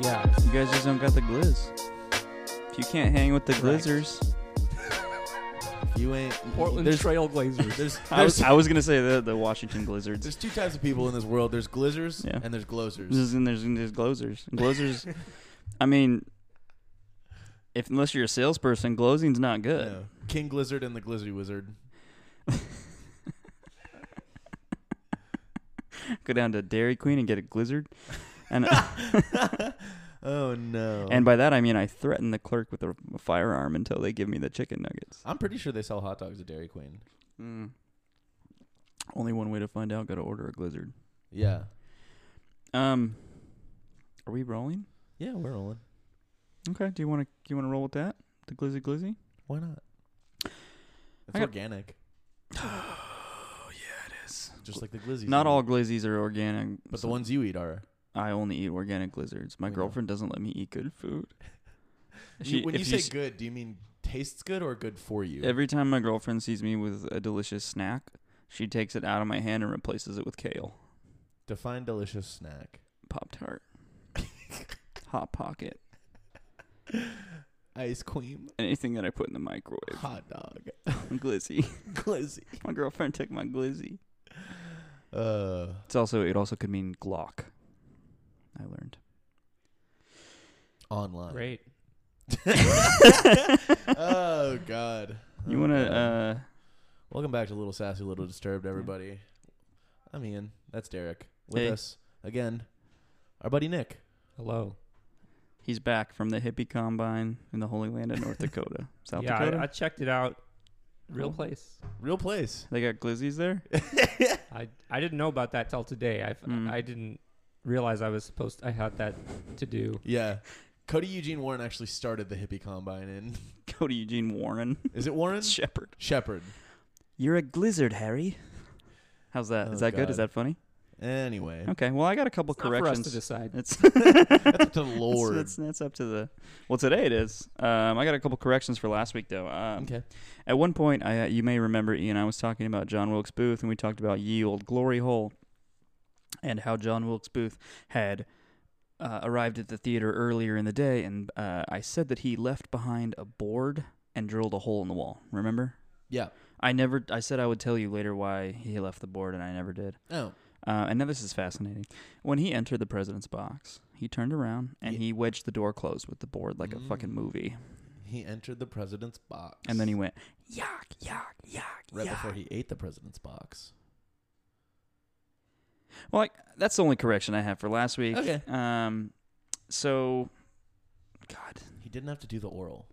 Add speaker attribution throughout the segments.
Speaker 1: Yeah.
Speaker 2: You guys just don't got the glizz. If you can't hang with the
Speaker 1: Correct.
Speaker 2: glizzers,
Speaker 3: You ain't
Speaker 1: Portland
Speaker 3: There's
Speaker 1: Trail Blazers.
Speaker 3: there's
Speaker 2: I was,
Speaker 3: there's,
Speaker 2: I was gonna say the the Washington Blizzards.
Speaker 3: there's two types of people in this world. There's glizzers
Speaker 2: Yeah.
Speaker 3: and there's glozers.
Speaker 2: There's and there's, and there's glozers. And glozers, I mean, if unless you're a salesperson, glozing's not good.
Speaker 3: Yeah. King Glizzard and the Glizzy Wizard.
Speaker 2: Go down to Dairy Queen and get a glizzard, and
Speaker 3: Oh no.
Speaker 2: and by that I mean I threaten the clerk with a firearm until they give me the chicken nuggets.
Speaker 3: I'm pretty sure they sell hot dogs at Dairy Queen.
Speaker 2: Mm. Only one way to find out. Got to order a glizzard.
Speaker 3: Yeah.
Speaker 2: Um, are we rolling?
Speaker 3: Yeah, we're rolling.
Speaker 2: Okay. Do you want to do you want to roll with that? The glizzy glizzy.
Speaker 3: Why not? It's
Speaker 2: I got-
Speaker 3: organic,
Speaker 2: Oh yeah, it is.
Speaker 3: just like the glizzy.
Speaker 2: Not all glizzies are organic,
Speaker 3: but the ones you eat are.
Speaker 2: I only eat organic lizards. My
Speaker 3: We know.
Speaker 2: girlfriend doesn't let me eat good food.
Speaker 3: You- when
Speaker 2: if
Speaker 3: you say
Speaker 2: s-
Speaker 3: good, do you mean tastes good or good for you?
Speaker 2: every time my girlfriend sees me with a delicious snack, she takes it out of my hand and replaces it with kale,
Speaker 3: Define delicious snack.
Speaker 2: pop tart, hot pocket,
Speaker 3: Ice cream,
Speaker 2: anything that I put in the microwave.
Speaker 3: hot dog,
Speaker 2: glizzy.
Speaker 3: glizzy.
Speaker 2: My girlfriend took my glizzy.
Speaker 3: Uh,
Speaker 2: It's also it also could mean Glock. I learned.
Speaker 3: online.
Speaker 1: Great.
Speaker 3: Oh God.
Speaker 2: You
Speaker 3: Oh,
Speaker 2: wanna
Speaker 3: God.
Speaker 2: uh
Speaker 3: Welcome back to Little Sassy, Little Disturbed, everybody. I'm Ian. That's Derek. With
Speaker 2: Hey.
Speaker 3: us again, our buddy Nick.
Speaker 1: Hello.
Speaker 2: he's back from the hippie combine in the Holy Land of North Dakota. South
Speaker 1: yeah,
Speaker 2: Dakota.
Speaker 1: I, I checked it out. Real
Speaker 2: Cool.
Speaker 1: place.
Speaker 3: Real place.
Speaker 2: they got glizzies there?
Speaker 1: I I didn't know about that till today. I f-
Speaker 2: Mm.
Speaker 1: I didn't realize I was supposed. I had that to do.
Speaker 3: Yeah. Cody Eugene Warren actually started the hippie combine in.
Speaker 2: Go to Eugene Warren.
Speaker 3: Is it Warren?
Speaker 2: Shepherd.
Speaker 3: Shepherd.
Speaker 2: You're a glizzard, Harry. How's that? Is
Speaker 3: Oh,
Speaker 2: that good? Is
Speaker 3: God.
Speaker 2: that funny?
Speaker 3: Anyway,
Speaker 2: Okay. Well, I got a couple
Speaker 1: It's not for us to
Speaker 2: corrections.
Speaker 1: decide.
Speaker 2: It's
Speaker 3: that's up to the Lord.
Speaker 2: That's, that's up to the. Well, today it is. Um, I got a couple corrections for last week though. Um,
Speaker 3: okay.
Speaker 2: At one point, I uh, you may remember Ian. I was talking about John Wilkes Booth, and we talked about ye old glory hole, and how John Wilkes Booth had uh, arrived at the theater earlier in the day, and uh, I said that he left behind a board and drilled a hole in the wall. Remember?
Speaker 3: Yeah.
Speaker 2: I never. I said I would tell you later why he left the board, and I never did.
Speaker 3: Oh.
Speaker 2: Uh, and now this is fascinating. When he entered the president's box, he turned around and
Speaker 3: Ye-
Speaker 2: he wedged the door closed with the board like a fucking
Speaker 3: Mm.
Speaker 2: movie.
Speaker 3: He entered the president's box.
Speaker 2: And then he went, yuck, yuck, yuck,
Speaker 3: Right
Speaker 2: yuck.
Speaker 3: before he ate the president's box.
Speaker 2: Well, I, that's the only correction I have for last week.
Speaker 3: Okay.
Speaker 2: Um, so, God,
Speaker 3: He didn't have to do the oral.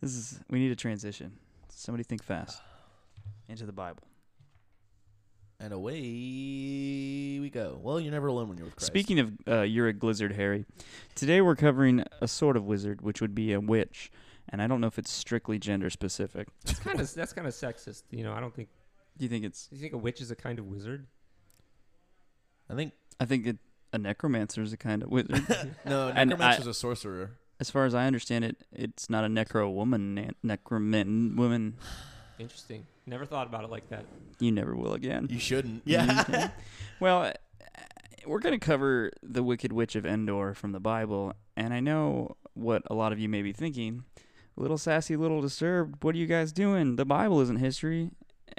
Speaker 2: this is we need a transition. Somebody think fast. Into the Bible.
Speaker 3: And away we go. Well, you're never alone when you're with Christ.
Speaker 2: Speaking of uh, you're a glizzard, Harry. Today we're covering a sort of wizard, which would be a witch, and I don't know if it's strictly gender specific.
Speaker 1: It's kind of that's kind of sexist. You know, I don't think.
Speaker 2: Do you think it's?
Speaker 1: Do you think a witch is a kind of wizard?
Speaker 3: I think
Speaker 2: I think it, a necromancer is a kind of wizard.
Speaker 3: no,
Speaker 2: And
Speaker 3: necromancer's a sorcerer.
Speaker 2: as far as I understand it, it's not a necro woman. na- Necroman woman,
Speaker 1: Interesting. Never thought about it like that.
Speaker 2: you never will again.
Speaker 3: You shouldn't. Mm-hmm. Yeah.
Speaker 2: Okay. well, uh, we're going to cover the Wicked Witch of Endor from the Bible, and I know what a lot of you may be thinking. Little sassy, little disturbed. What are you guys doing? The Bible isn't history.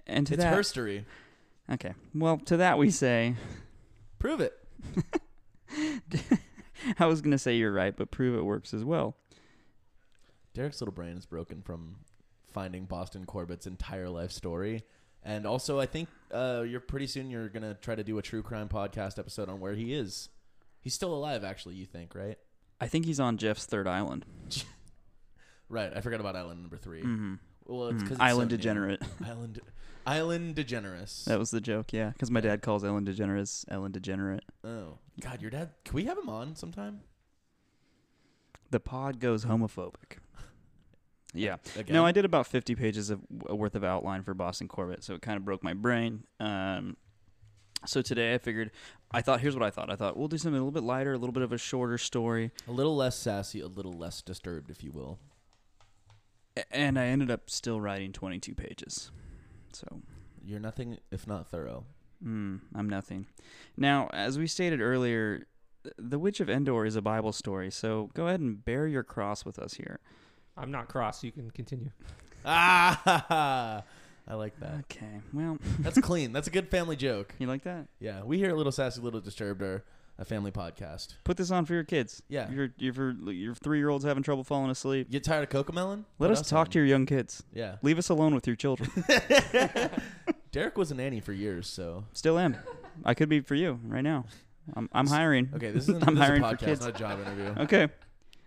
Speaker 2: And to
Speaker 3: it's
Speaker 2: that,
Speaker 3: herstory.
Speaker 2: okay. Well, to that we say,
Speaker 3: Prove it.
Speaker 2: I was gonna say you're right, but prove it works as well.
Speaker 3: Derek's little brain is broken from finding Boston Corbett's entire life story. And also, I think uh, you're pretty soon you're gonna try to do a true crime podcast episode on where he is. He's still alive, actually. You think, right?
Speaker 2: I think he's on Jeff's third island.
Speaker 3: Right. I forgot about Island Number 3
Speaker 2: Mm-hmm.
Speaker 3: Well, it's 'cause it's so
Speaker 2: Island
Speaker 3: new.
Speaker 2: degenerate.
Speaker 3: Island, Island Degenerous.
Speaker 2: That was the joke, yeah. Because my dad calls Ellen DeGeneres Ellen Degenerate.
Speaker 3: Oh God, your dad. Can we have him on sometime?
Speaker 2: The pod goes homophobic. Yeah.
Speaker 3: Again?
Speaker 2: No, I did about 50 pages of worth of outline for Boston Corbett, so it kind of broke my brain. Um, so today I figured, I thought, here's what I thought. I thought we'll do something a little bit lighter, a little bit of a shorter story,
Speaker 3: a little less sassy, a little less disturbed, if you will.
Speaker 2: A- and I ended up still writing 22 pages. So
Speaker 3: You're nothing if not thorough.
Speaker 2: Mm, I'm nothing. Now, as we stated earlier, th- the Witch of Endor is a Bible story, so go ahead and bear your cross with us here.
Speaker 1: I'm not cross. You can continue.
Speaker 3: Ah, I like that.
Speaker 2: Okay, well,
Speaker 3: That's clean. That's a good family joke.
Speaker 2: you like that?
Speaker 3: Yeah, we here at Little Sassy, Little Disturbed are a family podcast.
Speaker 2: Put this on for your kids.
Speaker 3: Yeah.
Speaker 2: Your your your three year olds having trouble falling asleep.
Speaker 3: You tired of Cocomelon?
Speaker 2: Let us talk to your young kids.
Speaker 3: Yeah.
Speaker 2: Leave us alone with your children.
Speaker 3: Derek was a nanny for years, so.
Speaker 2: Still am. I could be for you right now. I'm I'm hiring.
Speaker 3: Okay, this is, an,
Speaker 2: I'm
Speaker 3: this is a
Speaker 2: hiring for
Speaker 3: podcast,
Speaker 2: kids.
Speaker 3: not a job interview.
Speaker 2: Okay.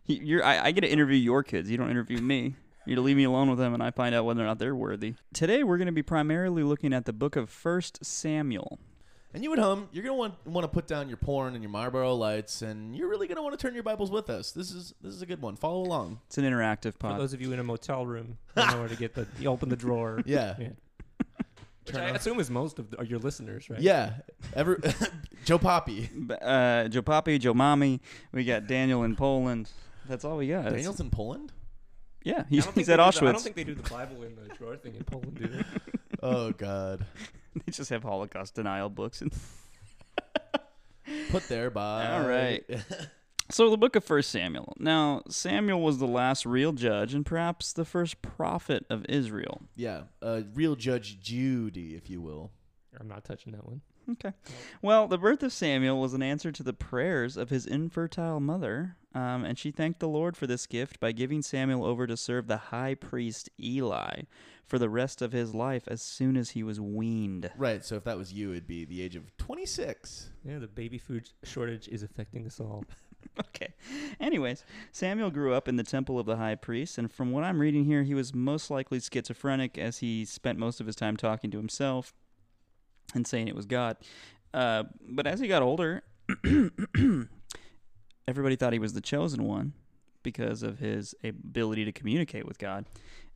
Speaker 2: Y- You're, I, I get to interview your kids. You don't interview me. You leave me alone with them, and I find out whether or not they're worthy. Today, we're going to be primarily looking at the book of First Samuel.
Speaker 3: And you at home, you're gonna want want to put down your porn and your Marlboro lights, and you're really gonna want to turn your Bibles with us. This is this is a good one. Follow along.
Speaker 2: It's an interactive
Speaker 1: For
Speaker 2: pod.
Speaker 1: those of you in a motel room, you know where to get the. You open the drawer.
Speaker 3: Yeah.
Speaker 1: Yeah. Which
Speaker 3: Turn
Speaker 1: I
Speaker 3: on-
Speaker 1: assume is most of the, are your listeners, right?
Speaker 3: Yeah. Ever Joe Poppy.
Speaker 2: B- Uh, Joe Poppy, Joe Mommy. We got Daniel in Poland. That's all we got. It's-
Speaker 3: Daniel's in Poland?
Speaker 2: yeah,
Speaker 1: I
Speaker 2: he's,
Speaker 1: don't think
Speaker 2: he's
Speaker 1: they
Speaker 2: at
Speaker 1: do the-
Speaker 2: Auschwitz.
Speaker 1: I don't think they do the Bible in the drawer thing in Poland, do they?
Speaker 3: Oh god.
Speaker 2: they just have Holocaust denial books. And
Speaker 3: Put there by
Speaker 2: All right. so the book of First Samuel. Now, Samuel was the last real judge and perhaps the first prophet of Israel.
Speaker 3: Yeah. Uh, real Judge Judy, if you will.
Speaker 1: I'm not touching that one.
Speaker 2: Okay. Well, the birth of Samuel was an answer to the prayers of his infertile mother, um, and she thanked the Lord for this gift by giving Samuel over to serve the high priest Eli for the rest of his life as soon as he was weaned.
Speaker 3: Right, so if that was you, it'd be the age of twenty six.
Speaker 1: Yeah, the baby food shortage is affecting us all.
Speaker 2: Okay. Anyways, Samuel grew up in the temple of the high priest, and from what I'm reading here, he was most likely schizophrenic as he spent most of his time talking to himself and saying it was God. Uh, but as he got older, everybody thought he was the chosen one because of his ability to communicate with God.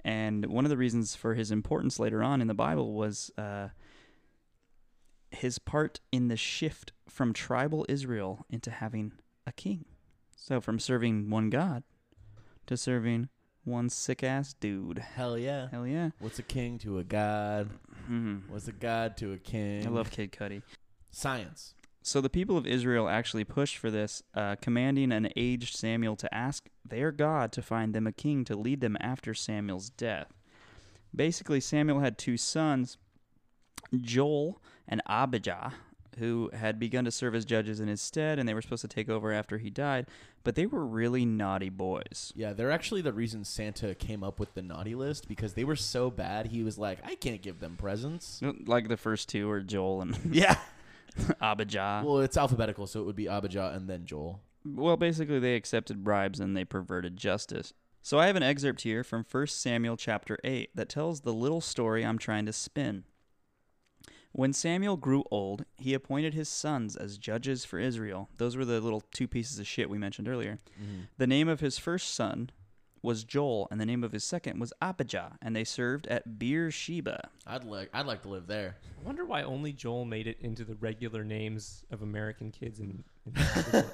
Speaker 2: And one of the reasons for his importance later on in the Bible was uh, his part in the shift from tribal Israel into having a king. So from serving one God to serving one sick ass dude.
Speaker 3: Hell yeah.
Speaker 2: Hell yeah.
Speaker 3: What's a king to a god?
Speaker 2: Mhm.
Speaker 3: What's a god to a king?
Speaker 2: I love Kid Cudi.
Speaker 3: science.
Speaker 2: So the people of Israel actually pushed for this, uh, commanding an aged Samuel to ask their God to find them a king to lead them after Samuel's death. Basically, Samuel had two sons, Joel and Abijah, who had begun to serve as judges in his stead, and they were supposed to take over after he died, but they were really naughty boys.
Speaker 3: Yeah, they're actually the reason Santa came up with the naughty list because they were so bad. He was like, I can't give them presents.
Speaker 2: Like the first two are Joel and
Speaker 3: yeah.
Speaker 2: Abijah.
Speaker 3: Well, it's alphabetical, so it would be Abijah and then Joel.
Speaker 2: Well, basically, they accepted bribes and they perverted justice. So I have an excerpt here from 1 Samuel chapter 8 that tells the little story I'm trying to spin. When Samuel grew old, he appointed his sons as judges for Israel. Those were the little two pieces of shit we mentioned earlier. The name of his first son was Joel, and the name of his second was Abijah, and they served at Beersheba.
Speaker 3: I'd like I'd like to live there.
Speaker 1: I wonder why only Joel made it into the regular names of American kids in. in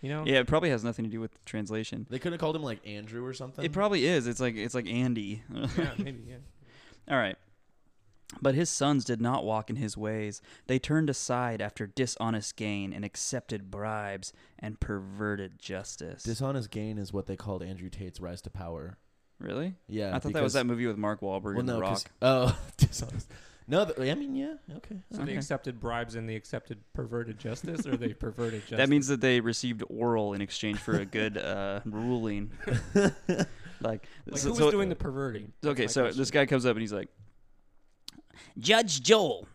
Speaker 1: you
Speaker 3: Oh.
Speaker 1: know,
Speaker 2: Yeah, it probably has nothing to do with the translation.
Speaker 3: They could have called him like Andrew or something.
Speaker 2: It probably is. It's like it's like Andy.
Speaker 1: yeah, maybe, yeah.
Speaker 2: All right. But his sons did not walk in his ways. They turned aside after dishonest gain and accepted bribes and perverted justice.
Speaker 3: Dishonest gain is what they called Andrew Tate's rise to power.
Speaker 2: really?
Speaker 3: Yeah,
Speaker 2: I thought that was that
Speaker 3: because-
Speaker 2: movie with Mark Wahlberg
Speaker 3: Well,
Speaker 2: and
Speaker 3: no,
Speaker 2: The
Speaker 3: 'cause-
Speaker 2: Rock.
Speaker 3: oh, dishonest. No, th- I mean, yeah, okay.
Speaker 1: So
Speaker 2: Okay.
Speaker 1: they accepted bribes and they accepted perverted justice, or they perverted justice.
Speaker 2: That means that they received oral in exchange for a good uh, ruling. like,
Speaker 1: like,
Speaker 2: so-
Speaker 1: who was
Speaker 2: so-
Speaker 1: doing the perverting?
Speaker 2: Okay,
Speaker 1: That's my
Speaker 2: so
Speaker 1: question.
Speaker 2: this guy comes up and he's like, Judge Joel,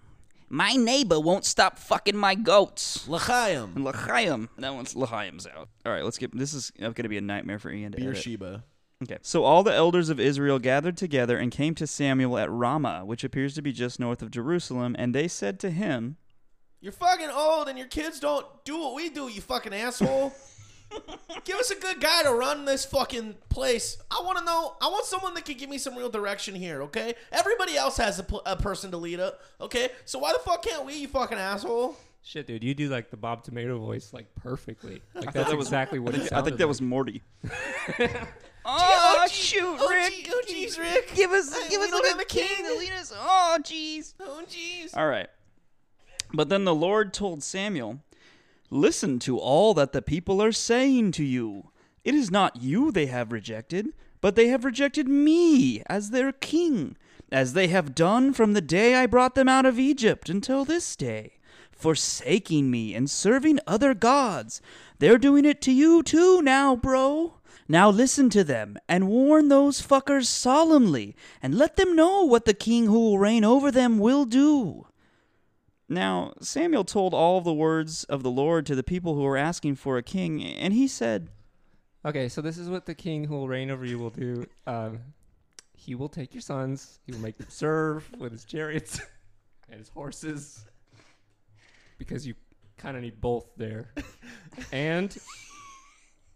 Speaker 2: my neighbor won't stop fucking my goats.
Speaker 3: Lachaim,
Speaker 2: L'chaim. That one's L'chaim's out. All right, let's get. This is going to be a nightmare for Ian to edit.
Speaker 3: Beersheba.
Speaker 2: Okay. So all the elders of Israel gathered together and came to Samuel at Ramah, which appears to be just north of Jerusalem, and they said to him,
Speaker 3: You're fucking old, and your kids don't do what we do. You fucking asshole. give us a good guy to run this fucking place. I want to know. I want someone that can give me some real direction here. Okay. Everybody else has a, pl- a person to lead up. Okay. So why the fuck can't we? You fucking asshole.
Speaker 1: Shit, dude, you do like the Bob Tomato voice like perfectly. Like that's exactly what it
Speaker 2: I
Speaker 1: sounded
Speaker 2: think that was Morty.
Speaker 3: Oh, shoot, Rick. Oh, jeez, Rick.
Speaker 2: Give us,
Speaker 3: I-
Speaker 2: give
Speaker 3: we
Speaker 2: us
Speaker 3: don't
Speaker 2: like
Speaker 3: have
Speaker 2: a
Speaker 3: a
Speaker 2: king
Speaker 3: king.
Speaker 2: to lead us. Oh, jeez.
Speaker 3: Oh, jeez.
Speaker 2: All right. But then the Lord told Samuel, Listen to all that the people are saying to you. It is not you they have rejected, but they have rejected me as their king, as they have done from the day I brought them out of Egypt until this day, forsaking me and serving other gods. They're doing it to you too now, bro. Now listen to them and warn those fuckers solemnly, and let them know what the king who will reign over them will do. Now Samuel told all the words of the Lord to the people who were asking for a king, and he said,
Speaker 1: Okay, so this is what the king who will reign over you will do. Um, he will take your sons. He will make them serve with his chariots and his horses, because you kind of need both there. and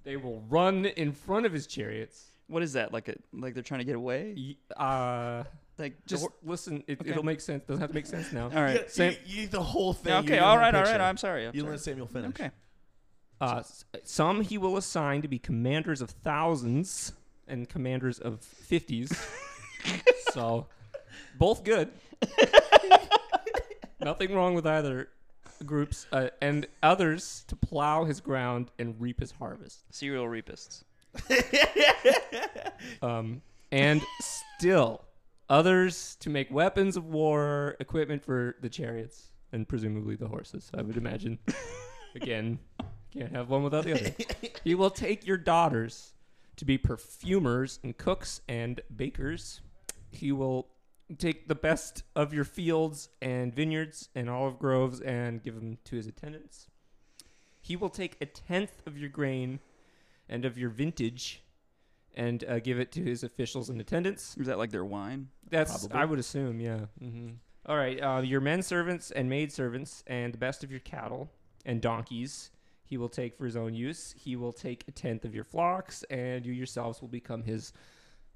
Speaker 1: they will run in front of his chariots.
Speaker 2: "What is that? Like a like they're trying to get away?
Speaker 1: Y- Uh,
Speaker 2: Like
Speaker 1: just
Speaker 2: just
Speaker 1: listen. It,
Speaker 2: okay.
Speaker 1: It'll make sense. Doesn't have to make sense now.
Speaker 2: all right?
Speaker 3: You-
Speaker 1: Sam-
Speaker 3: you- you- the whole thing. you
Speaker 2: okay,
Speaker 3: didn't
Speaker 2: all right, all right.
Speaker 3: picture.
Speaker 2: I'm sorry. I'm
Speaker 3: You
Speaker 2: sorry.
Speaker 3: let Samuel finish.
Speaker 2: Okay.
Speaker 1: Uh, s- some he will assign to be commanders of thousands and commanders of fifties. so, both good. Nothing wrong with either groups, uh, and others to plow his ground and reap his harvest.
Speaker 2: Serial rapists.
Speaker 1: Um, and still, others to make weapons of war, equipment for the chariots, and presumably the horses, I would imagine. Again, can't have one without the other. he will take your daughters to be perfumers and cooks and bakers. He will take the best of your fields and vineyards and olive groves and give them to his attendants. He will take a tenth of your grain and of your vintage and uh, give it to his officials and attendants.
Speaker 2: Is that like their wine?
Speaker 1: That's
Speaker 3: Probably.
Speaker 1: I would assume, yeah. hmm All right, uh, your men servants and maid servants and the best of your cattle and donkeys he will take for his own use. He will take a tenth of your flocks, and you yourselves will become his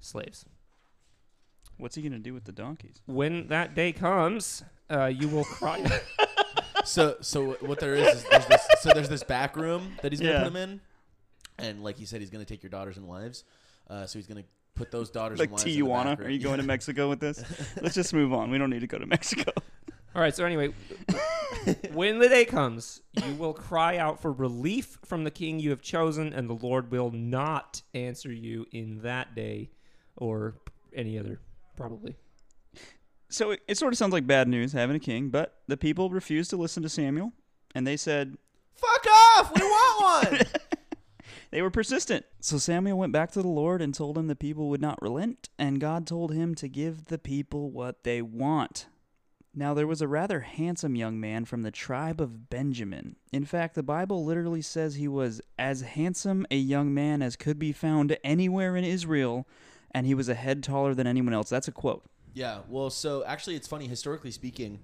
Speaker 1: slaves.
Speaker 2: What's he gonna do with the donkeys?
Speaker 1: When that day comes, uh, you will cry.
Speaker 3: So, so what there is, is there's this, so there's this back room that he's gonna
Speaker 2: Yeah.
Speaker 3: put him in, and like he said, he's gonna take your daughters and wives. Uh, so he's gonna put those daughters
Speaker 2: Like
Speaker 3: and wives. in the back
Speaker 2: Tijuana?
Speaker 3: room.
Speaker 2: Are you going to Mexico with this? Let's just move on. We don't need to go to Mexico.
Speaker 1: All right, so anyway, when the day comes, you will cry out for relief from the king you have chosen, and the Lord will not answer you in that day or any other, probably.
Speaker 2: So it, it sort of sounds like bad news having a king, but the people refused to listen to Samuel, and they said
Speaker 3: Fuck off! We want one.
Speaker 2: They were persistent. So Samuel went back to the Lord and told him the people would not relent, and God told him to give the people what they want. Now there was a rather handsome young man from the tribe of Benjamin. In fact, the Bible literally says he was as handsome a young man as could be found anywhere in Israel, and he was a head taller than anyone else. That's a quote.
Speaker 3: Yeah, well, so actually, it's funny. Historically speaking,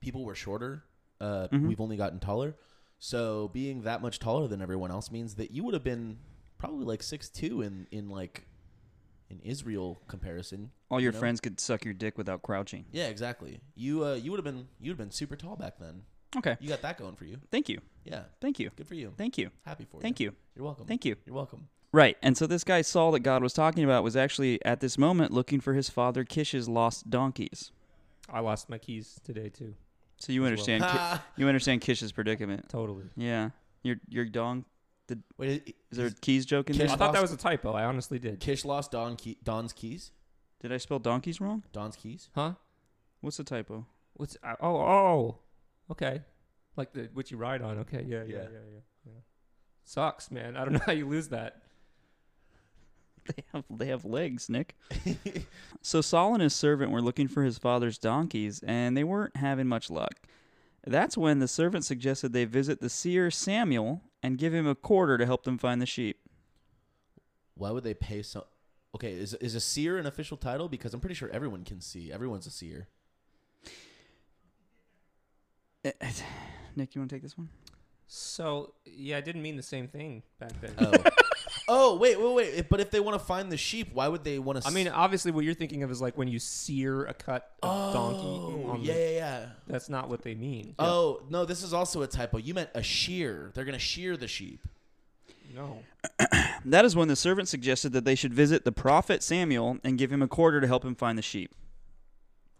Speaker 3: people were shorter. Uh,
Speaker 2: Mm-hmm.
Speaker 3: We've only gotten taller. So being that much taller than everyone else means that you would have been probably like six two in in like in Israel comparison.
Speaker 2: All your
Speaker 3: you know?
Speaker 2: friends could suck your dick without crouching.
Speaker 3: Yeah, exactly. You uh, you would have been you'd have been super tall back then.
Speaker 2: Okay.
Speaker 3: You got that going for you.
Speaker 2: Thank you.
Speaker 3: Yeah,
Speaker 2: Thank you.
Speaker 3: good for you.
Speaker 2: Thank you.
Speaker 3: Happy for
Speaker 2: Thank
Speaker 3: you.
Speaker 2: you.
Speaker 3: You're welcome.
Speaker 2: Thank you.
Speaker 3: You're welcome.
Speaker 2: Right. And so this guy Saul that God was talking about was actually at this moment looking for his father Kish's lost donkeys.
Speaker 1: I lost my keys today too.
Speaker 2: So you
Speaker 1: well.
Speaker 2: understand Ki-
Speaker 3: Ha!
Speaker 2: you understand Kish's predicament.
Speaker 1: Totally.
Speaker 2: Yeah. Your your dong
Speaker 3: Wait,
Speaker 2: is there a keys joke in
Speaker 3: Kish-
Speaker 2: there?
Speaker 1: I thought that was a typo. I honestly did.
Speaker 3: Kish lost Don Key, Don's keys.
Speaker 2: Did I spell donkeys wrong?
Speaker 3: Don's keys.
Speaker 1: Huh?
Speaker 2: What's the typo?
Speaker 1: What's uh, oh oh? Okay, like the what you ride on. Okay, yeah, yeah, yeah,
Speaker 3: Yeah.
Speaker 1: yeah. yeah. Sucks, man. I don't know how you lose that.
Speaker 2: They have they have legs, Nick. so Saul and his servant were looking for his father's donkeys, and they weren't having much luck. That's when the servant suggested they visit the seer Samuel and give him a quarter to help them find the sheep.
Speaker 3: Why would they pay so? Okay, is is a seer an official title? Because I'm pretty sure everyone can see. Everyone's a seer.
Speaker 2: Nick, you want to take this one?
Speaker 1: So yeah, I didn't mean the same thing back then.
Speaker 3: Oh, oh wait, wait, wait. If- But if they want to find the sheep, why would they want to?
Speaker 1: I mean, obviously, what you're thinking of is like when you sear a cut of donkey.
Speaker 3: oh,
Speaker 1: On
Speaker 3: yeah,
Speaker 1: the,
Speaker 3: yeah, yeah.
Speaker 1: that's not what they mean.
Speaker 3: Oh no, this is also a typo. You meant a shear. They're gonna shear the sheep.
Speaker 1: no.
Speaker 2: That is when the servant suggested that they should visit the prophet Samuel and give him a quarter to help him find the sheep.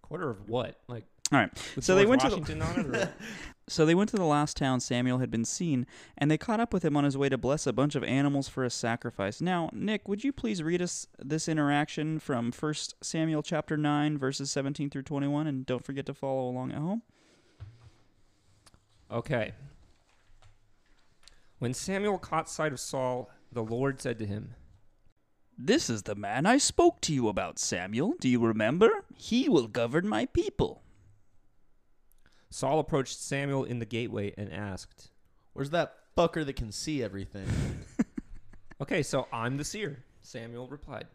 Speaker 1: Quarter of what? Like With
Speaker 2: So they
Speaker 1: George
Speaker 2: went to the-
Speaker 1: Washington on it. Or?
Speaker 2: So they went to the last town Samuel had been seen, and they caught up with him on his way to bless a bunch of animals for a sacrifice. Now, Nick, would you please read us this interaction from 1 Samuel chapter 9, verses 17 through 21, and don't forget to follow along at home?
Speaker 1: Okay. When Samuel caught sight of Saul, the Lord said to him,
Speaker 2: This is the man I spoke to you about, Samuel. Do you remember? He will govern my people.
Speaker 1: Saul approached Samuel in the gateway and asked,
Speaker 3: Where's that fucker that can see everything?
Speaker 1: Okay, so I'm the seer, Samuel replied.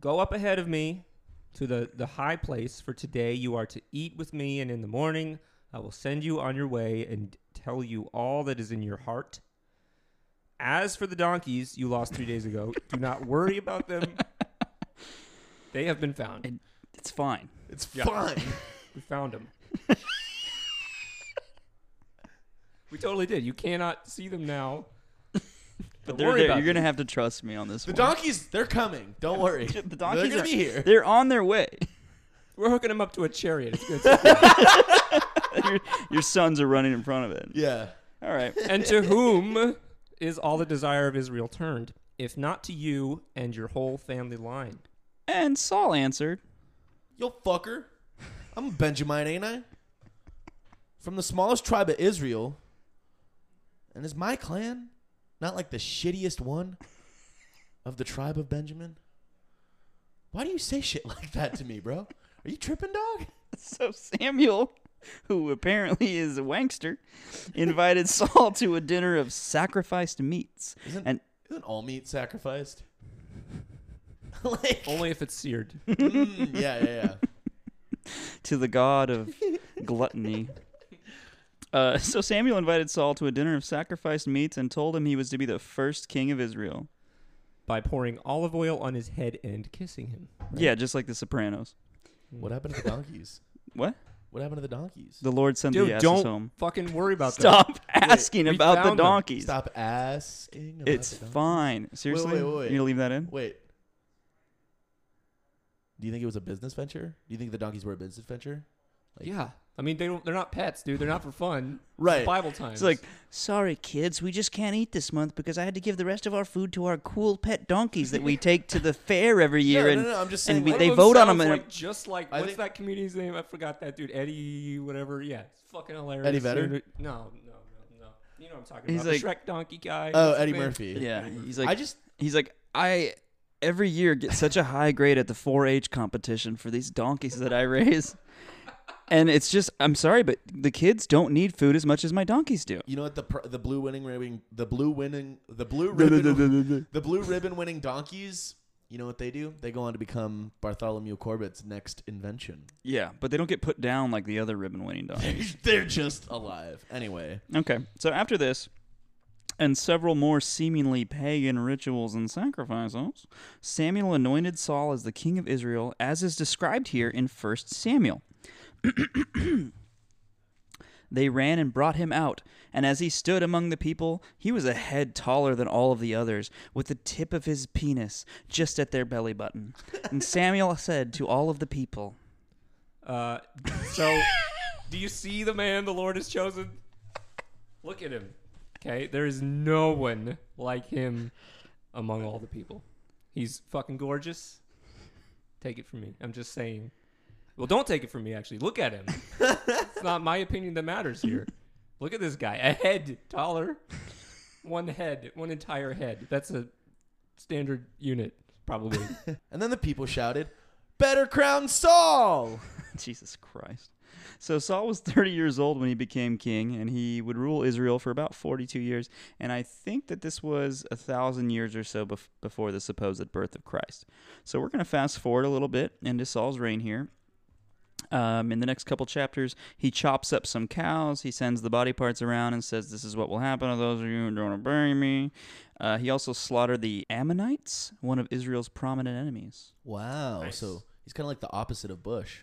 Speaker 1: Go up ahead of me to the, the high place, for today you are to eat with me, and in the morning I will send you on your way and tell you all that is in your heart. As for the donkeys you lost three days ago, do not worry about them. They have been found.
Speaker 2: It's fine.
Speaker 3: It's
Speaker 1: Yeah.
Speaker 3: fine.
Speaker 1: We found them. we totally did. You cannot see them now. Don't
Speaker 2: But they're
Speaker 1: worry
Speaker 2: there.
Speaker 1: about
Speaker 2: You're going to
Speaker 1: them.
Speaker 2: have to trust me on this
Speaker 3: The
Speaker 2: one.
Speaker 3: donkeys, they're coming. Don't worry.
Speaker 2: the donkeys
Speaker 3: they're gonna
Speaker 2: are-
Speaker 3: be here.
Speaker 2: They're on their way.
Speaker 1: We're hooking them up to a chariot. It's good.
Speaker 2: your, your sons are running in front of it.
Speaker 3: Yeah.
Speaker 2: All right.
Speaker 1: and to whom is all the desire of Israel turned, if not to you and your whole family line?
Speaker 2: And Saul answered,
Speaker 3: Yo, fucker. I'm a Benjamite, ain't I? From the smallest tribe of Israel. And is my clan not like the shittiest one of the tribe of Benjamin? Why do you say shit like that to me, bro? Are you tripping, dog?
Speaker 2: So Samuel, who apparently is a wankster, invited Saul to a dinner of sacrificed meats.
Speaker 3: Isn't,
Speaker 2: And
Speaker 3: isn't all meat sacrificed? like,
Speaker 1: Only if it's seared.
Speaker 3: mm, yeah, yeah, yeah.
Speaker 2: to the god of gluttony. Uh, so Samuel invited Saul to a dinner of sacrificed meats and told him he was to be the first king of Israel.
Speaker 1: By pouring olive oil on his head and kissing him.
Speaker 2: Yeah, just like the Sopranos.
Speaker 3: What happened to the donkeys?
Speaker 2: What?
Speaker 3: What happened to the donkeys?
Speaker 2: The Lord sent
Speaker 1: Dude,
Speaker 2: the asses
Speaker 1: don't
Speaker 2: home.
Speaker 1: fucking worry about that.
Speaker 2: Stop asking
Speaker 1: we
Speaker 2: about
Speaker 1: found
Speaker 2: the
Speaker 1: them.
Speaker 2: donkeys.
Speaker 3: Stop asking. About
Speaker 2: It's
Speaker 3: the donkeys.
Speaker 2: fine. Seriously,
Speaker 3: wait,
Speaker 2: you
Speaker 3: wait.
Speaker 2: gonna leave that in?
Speaker 3: Wait. Do you think it was a business venture? Do you think the donkeys were a business venture? Like-
Speaker 1: Yeah. I mean, they don't, they're not pets, dude. They're not for fun.
Speaker 3: Right.
Speaker 1: Bible time.
Speaker 2: It's like, sorry, kids, we just can't eat this month because I had to give the rest of our food to our cool pet donkeys that we take to the fair every year.
Speaker 3: no,
Speaker 2: and
Speaker 3: no, no, I'm just
Speaker 2: and
Speaker 3: saying.
Speaker 2: we-
Speaker 3: like,
Speaker 2: they vote on 'em in a-
Speaker 1: Like, just like,
Speaker 3: I
Speaker 1: what's
Speaker 3: think-
Speaker 1: that comedian's name? I forgot that dude. Eddie, whatever. Yeah. It's fucking hilarious.
Speaker 3: Eddie Vedder?
Speaker 1: Dude, No, no, no, no. You know what I'm talking
Speaker 2: He's
Speaker 1: about. The
Speaker 2: like-
Speaker 1: Shrek donkey guy.
Speaker 3: oh,
Speaker 1: What's his
Speaker 3: Eddie
Speaker 1: name?
Speaker 3: Murphy.
Speaker 2: yeah, he's like,
Speaker 3: I just
Speaker 2: he's like, I every year get such a high grade at the 4-H competition for these donkeys that I raise, and it's just, I'm sorry, but the kids don't need food as much as my donkeys do.
Speaker 3: you know what the pr- the blue winning ribbon the blue winning the blue ribbon the blue ribbon winning donkeys. You know what they do? They go on to become Bartholomew Corbett's next invention.
Speaker 2: Yeah, but they don't get put down like the other ribbon-winning donkeys.
Speaker 3: They're just alive. Anyway,
Speaker 2: Okay, so after this, and several more seemingly pagan rituals and sacrifices, Samuel anointed Saul as the king of Israel, as is described here in 1 Samuel. they ran and brought him out, and as he stood among the people, he was a head taller than all of the others, with the tip of his penis just at their belly button. And Samuel said to all of the people,
Speaker 1: Uh, so, do you see the man the Lord has chosen? Look at him. Okay, there is no one like him among all the people. He's fucking gorgeous. Take it from me. I'm just saying. Well, don't take it from me. Actually, look at him. it's not my opinion that matters here. Look at this guy. A head taller. One head. One entire head. That's a standard unit, probably.
Speaker 3: and then the people shouted, "Better crown Saul!"
Speaker 2: Jesus Christ. So Saul was 30 years old when he became king, and he would rule Israel for about 42 years. And I think that this was a thousand years or so bef- before the supposed birth of Christ. So we're going to fast forward a little bit into Saul's reign here. Um, in the next couple chapters, he chops up some cows. He sends the body parts around and says, This is what will happen to those of you who don't want to bury me. Uh, he also slaughtered the Ammonites, one of Israel's prominent enemies.
Speaker 3: Wow.
Speaker 1: Nice.
Speaker 3: So he's kind of like the opposite of Bush.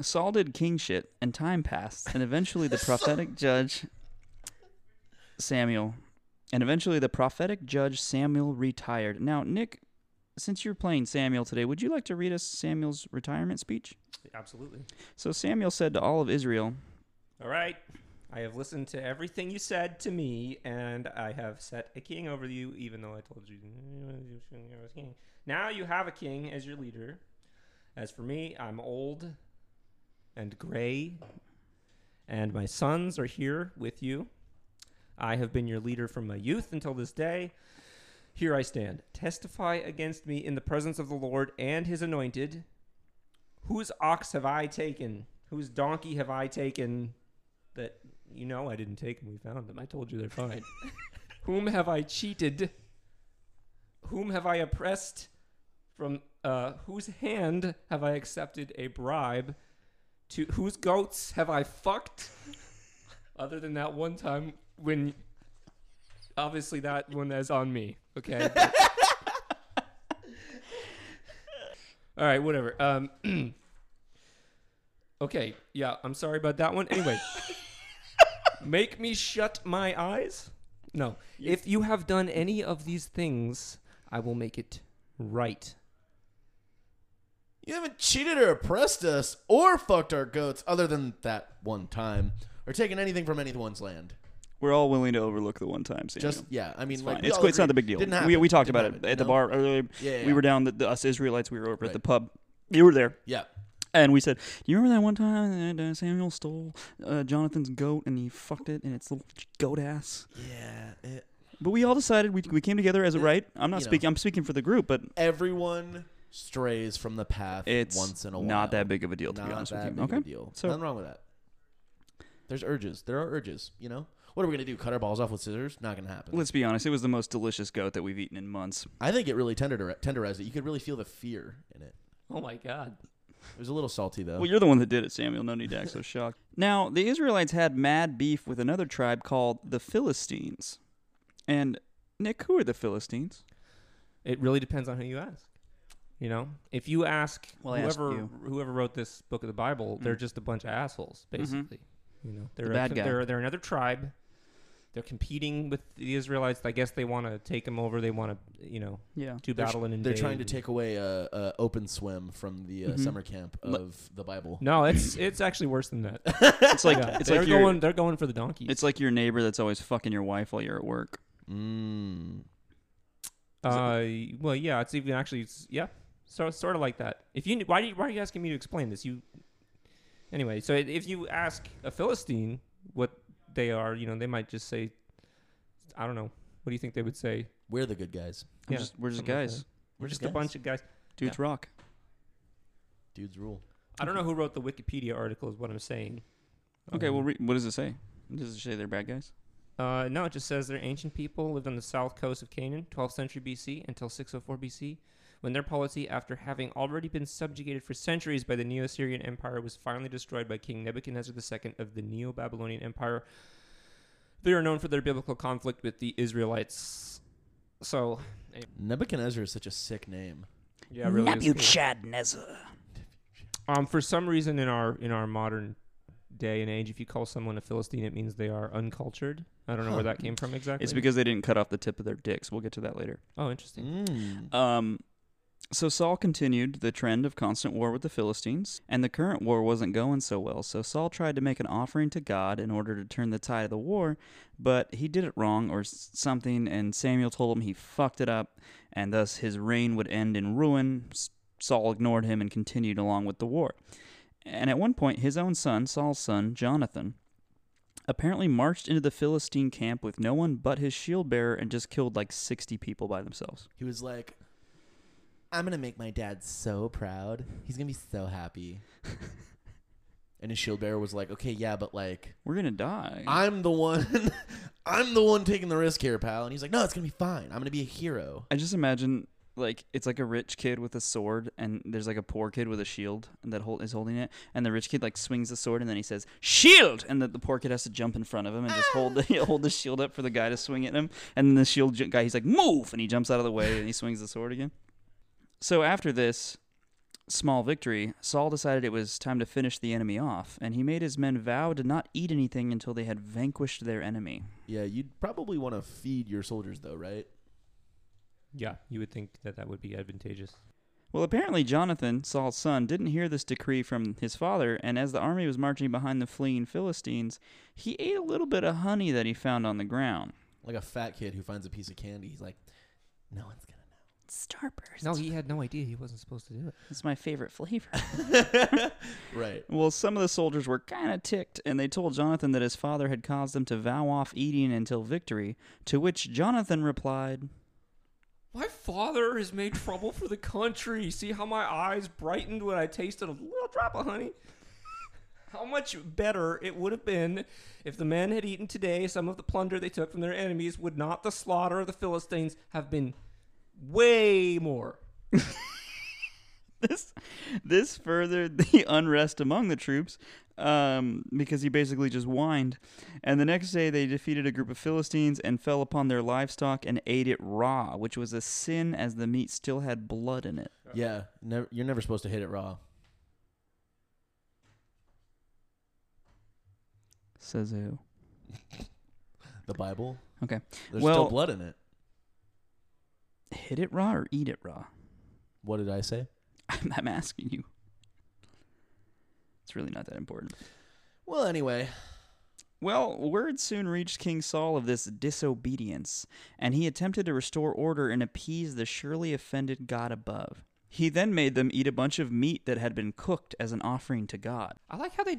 Speaker 2: Saul did king shit, and time passed, and eventually the prophetic judge Samuel, and eventually the prophetic judge Samuel retired. Now, Nick, since you're playing Samuel today, would you like to read us Samuel's retirement speech?
Speaker 1: Absolutely.
Speaker 2: So Samuel said to all of Israel,
Speaker 1: All right. I have listened to everything you said to me, and I have set a king over you, even though I told you you shouldn't have a king. Now you have a king as your leader. As for me, I'm old and gray, and my sons are here with you. I have been your leader from my youth until this day. Here I stand. Testify against me in the presence of the Lord and his anointed. Whose ox have I taken? Whose donkey have I taken? That you know I didn't take them. We found them. I told you they're fine. Whom have I cheated? Whom have I oppressed? From uh, whose hand have I accepted a bribe? To whose goats have I fucked? Other than that one time when, obviously that one is on me. Okay. All right. Whatever. Um. Okay, yeah, I'm sorry about that one. Anyway, make me shut my eyes? No. If you have done any of these things, I will make it right.
Speaker 3: You haven't cheated or oppressed us or fucked our goats other than that one time or taken anything from anyone's land.
Speaker 2: "We're all willing to overlook the one time Samuel."
Speaker 3: Just, yeah, I mean,
Speaker 2: it's
Speaker 3: like,
Speaker 2: fine.
Speaker 3: we
Speaker 2: It's,
Speaker 3: all
Speaker 2: it's not
Speaker 3: agree.
Speaker 2: the big deal.
Speaker 3: Didn't
Speaker 2: we
Speaker 3: happen.
Speaker 2: we talked
Speaker 3: Didn't
Speaker 2: about
Speaker 3: happen,
Speaker 2: it at the
Speaker 3: no?
Speaker 2: bar earlier.
Speaker 3: Yeah, yeah,
Speaker 2: we were
Speaker 3: yeah.
Speaker 2: down the, the us Israelites. We were over at the
Speaker 3: Right.
Speaker 2: pub. You were there,
Speaker 3: Yeah.
Speaker 2: and we said, "Do you remember that one time that uh, Samuel stole uh, Jonathan's goat and he fucked it and its little goat ass?"
Speaker 3: Yeah. it-
Speaker 2: But we all decided we, we came together as a right. I'm not
Speaker 3: you know.
Speaker 2: speaking. I'm speaking for the group, but
Speaker 3: everyone strays from the path
Speaker 2: it's
Speaker 3: once in a while.
Speaker 2: not that big of a deal to
Speaker 3: Not
Speaker 2: be honest with
Speaker 3: that
Speaker 2: you.
Speaker 3: big
Speaker 2: Okay,
Speaker 3: of a deal.
Speaker 2: So-
Speaker 3: Nothing wrong with that. There's urges. There are urges, you know? What are we going to do? Cut our balls off with scissors? Not going to happen.
Speaker 2: let's be honest. It was the most delicious goat that we've eaten in months.
Speaker 3: I think it really tender- tenderized it. You could really feel the fear in it.
Speaker 1: Oh my god.
Speaker 3: It was a little salty, though.
Speaker 2: Well, you're the one that did it, Samuel. No need to act so shocked. Now, the Israelites had mad beef with another tribe called the Philistines. And, Nick, who are the Philistines?
Speaker 1: It really depends on who you ask. You know, if you ask
Speaker 2: Well, I asked
Speaker 1: whoever
Speaker 2: you.
Speaker 1: whoever wrote this book of the Bible, they're
Speaker 2: Mm.
Speaker 1: just a bunch of assholes, basically. You know, they're a-
Speaker 2: bad guy.
Speaker 1: They're they're another tribe. They're competing with the Israelites. I guess they want to take them over. They want to, you know,
Speaker 2: Yeah.
Speaker 1: do
Speaker 3: They're tr-
Speaker 1: battle and invade.
Speaker 3: They're trying to
Speaker 1: and-
Speaker 3: take away uh, uh, open swim from the uh,
Speaker 2: Mhm.
Speaker 3: summer camp
Speaker 2: Le-
Speaker 3: of the Bible.
Speaker 1: No, it's it's actually worse than that.
Speaker 2: It's like
Speaker 1: Yeah,
Speaker 2: it's
Speaker 1: they're
Speaker 2: like your
Speaker 1: going they're going for the donkeys.
Speaker 2: it's like your neighbor that's always fucking your wife while you're at work.
Speaker 3: Mm.
Speaker 1: Uh, well, yeah, it's even actually, it's, yeah, so sort of like that. If you why do you, why are you asking me to explain this? You anyway. So i- if you ask a Philistine what they are, you know, they might just say, I don't know. What do you think they would say?
Speaker 3: We're the good guys.
Speaker 2: I'm
Speaker 1: Yeah,
Speaker 2: just- we're just
Speaker 1: something like
Speaker 2: guys.
Speaker 1: that. We're just a bunch of guys.
Speaker 2: Dudes rock.
Speaker 3: Dudes rule.
Speaker 1: I don't know who wrote the Wikipedia article. Is what I'm saying.
Speaker 2: Okay,
Speaker 1: Um,
Speaker 2: well, re- what does it say? Does it say they're bad guys?
Speaker 1: Uh, no, it just says they're ancient people lived on the south coast of Canaan, 12th century BC until 604 BC, when their polity, after having already been subjugated for centuries by the Neo Assyrian Empire, was finally destroyed by King Nebuchadnezzar II of the Neo Babylonian Empire. They are known for their biblical conflict with the Israelites. So,
Speaker 3: Nebuchadnezzar is such a sick name.
Speaker 1: yeah, really. is cool.
Speaker 2: Nebuchadnezzar.
Speaker 1: Um, for some reason in our in our modern day and age, if you call someone a Philistine, it means they are uncultured. I don't know where
Speaker 3: Huh.
Speaker 1: that came from exactly.
Speaker 2: It's because they didn't cut off the tip of their dicks. We'll get to that later.
Speaker 1: oh, interesting.
Speaker 3: Mm.
Speaker 2: Um, so Saul continued the trend of constant war with the Philistines, and the current war wasn't going so well. So Saul tried to make an offering to God in order to turn the tide of the war, but he did it wrong or s- something, and Samuel told him he fucked it up, and thus his reign would end in ruin. S- Saul ignored him and continued along with the war. And at one point, his own son, Saul's son, Jonathan, apparently marched into the Philistine camp with no one but his shield bearer and just killed like 60 people by themselves.
Speaker 3: He was like, I'm going to make my dad so proud. He's going to be so happy. and his shield bearer was like, okay, yeah, but like,
Speaker 2: We're going to die.
Speaker 3: I'm the one. I'm the one taking the risk here, pal. And he's like, no, it's going to be fine. I'm going to be a hero.
Speaker 2: I just imagine like it's like a rich kid with a sword and there's like a poor kid with a shield and that hold, is holding it and the rich kid like swings the sword and then he says shield and the, the poor kid has to jump in front of him and just hold the hold the shield up for the guy to swing at him and then the shield ju- guy he's like move and he jumps out of the way and he swings the sword again so after this small victory Saul decided it was time to finish the enemy off and he made his men vow to not eat anything until they had vanquished their enemy
Speaker 3: Yeah, you'd probably want to feed your soldiers, though, right?
Speaker 1: Yeah, you would think that that would be advantageous.
Speaker 2: Well, apparently Jonathan, Saul's son, didn't hear this decree from his father, and as the army was marching behind the fleeing Philistines, he ate a little bit of honey that he found on the ground.
Speaker 3: Like a fat kid who finds a piece of candy. He's like, no one's gonna know.
Speaker 2: Starburst.
Speaker 1: No, he had no idea he wasn't supposed to do it.
Speaker 2: it's my favorite flavor.
Speaker 3: Right.
Speaker 2: Well, some of the soldiers were kind of ticked, and they told Jonathan that his father had caused them to vow off eating until victory, to which Jonathan replied,
Speaker 1: My father has made trouble for the country. See how my eyes brightened when I tasted a little drop of honey? How much better it would have been if the men had eaten today some of the plunder they took from their enemies. Would not the slaughter of the Philistines have been way more?
Speaker 2: this this furthered the unrest among the troops um, because he basically just whined. And the next day, they defeated a group of Philistines and fell upon their livestock and ate it raw, which was a sin as the meat still had blood in it.
Speaker 3: Yeah. Never, you're never supposed to hit it raw.
Speaker 2: Says who?
Speaker 3: The Bible.
Speaker 2: Okay.
Speaker 3: There's
Speaker 2: Well-
Speaker 3: still blood in it.
Speaker 2: Hit it raw or eat it raw?
Speaker 3: What did I say?
Speaker 2: I'm, I'm asking you. It's really not that important.
Speaker 3: Well, anyway,
Speaker 2: Well, word soon reached King Saul of this disobedience, and he attempted to restore order and appease the surely offended God above. He then made them eat a bunch of meat that had been cooked as an offering to God.
Speaker 1: I like how they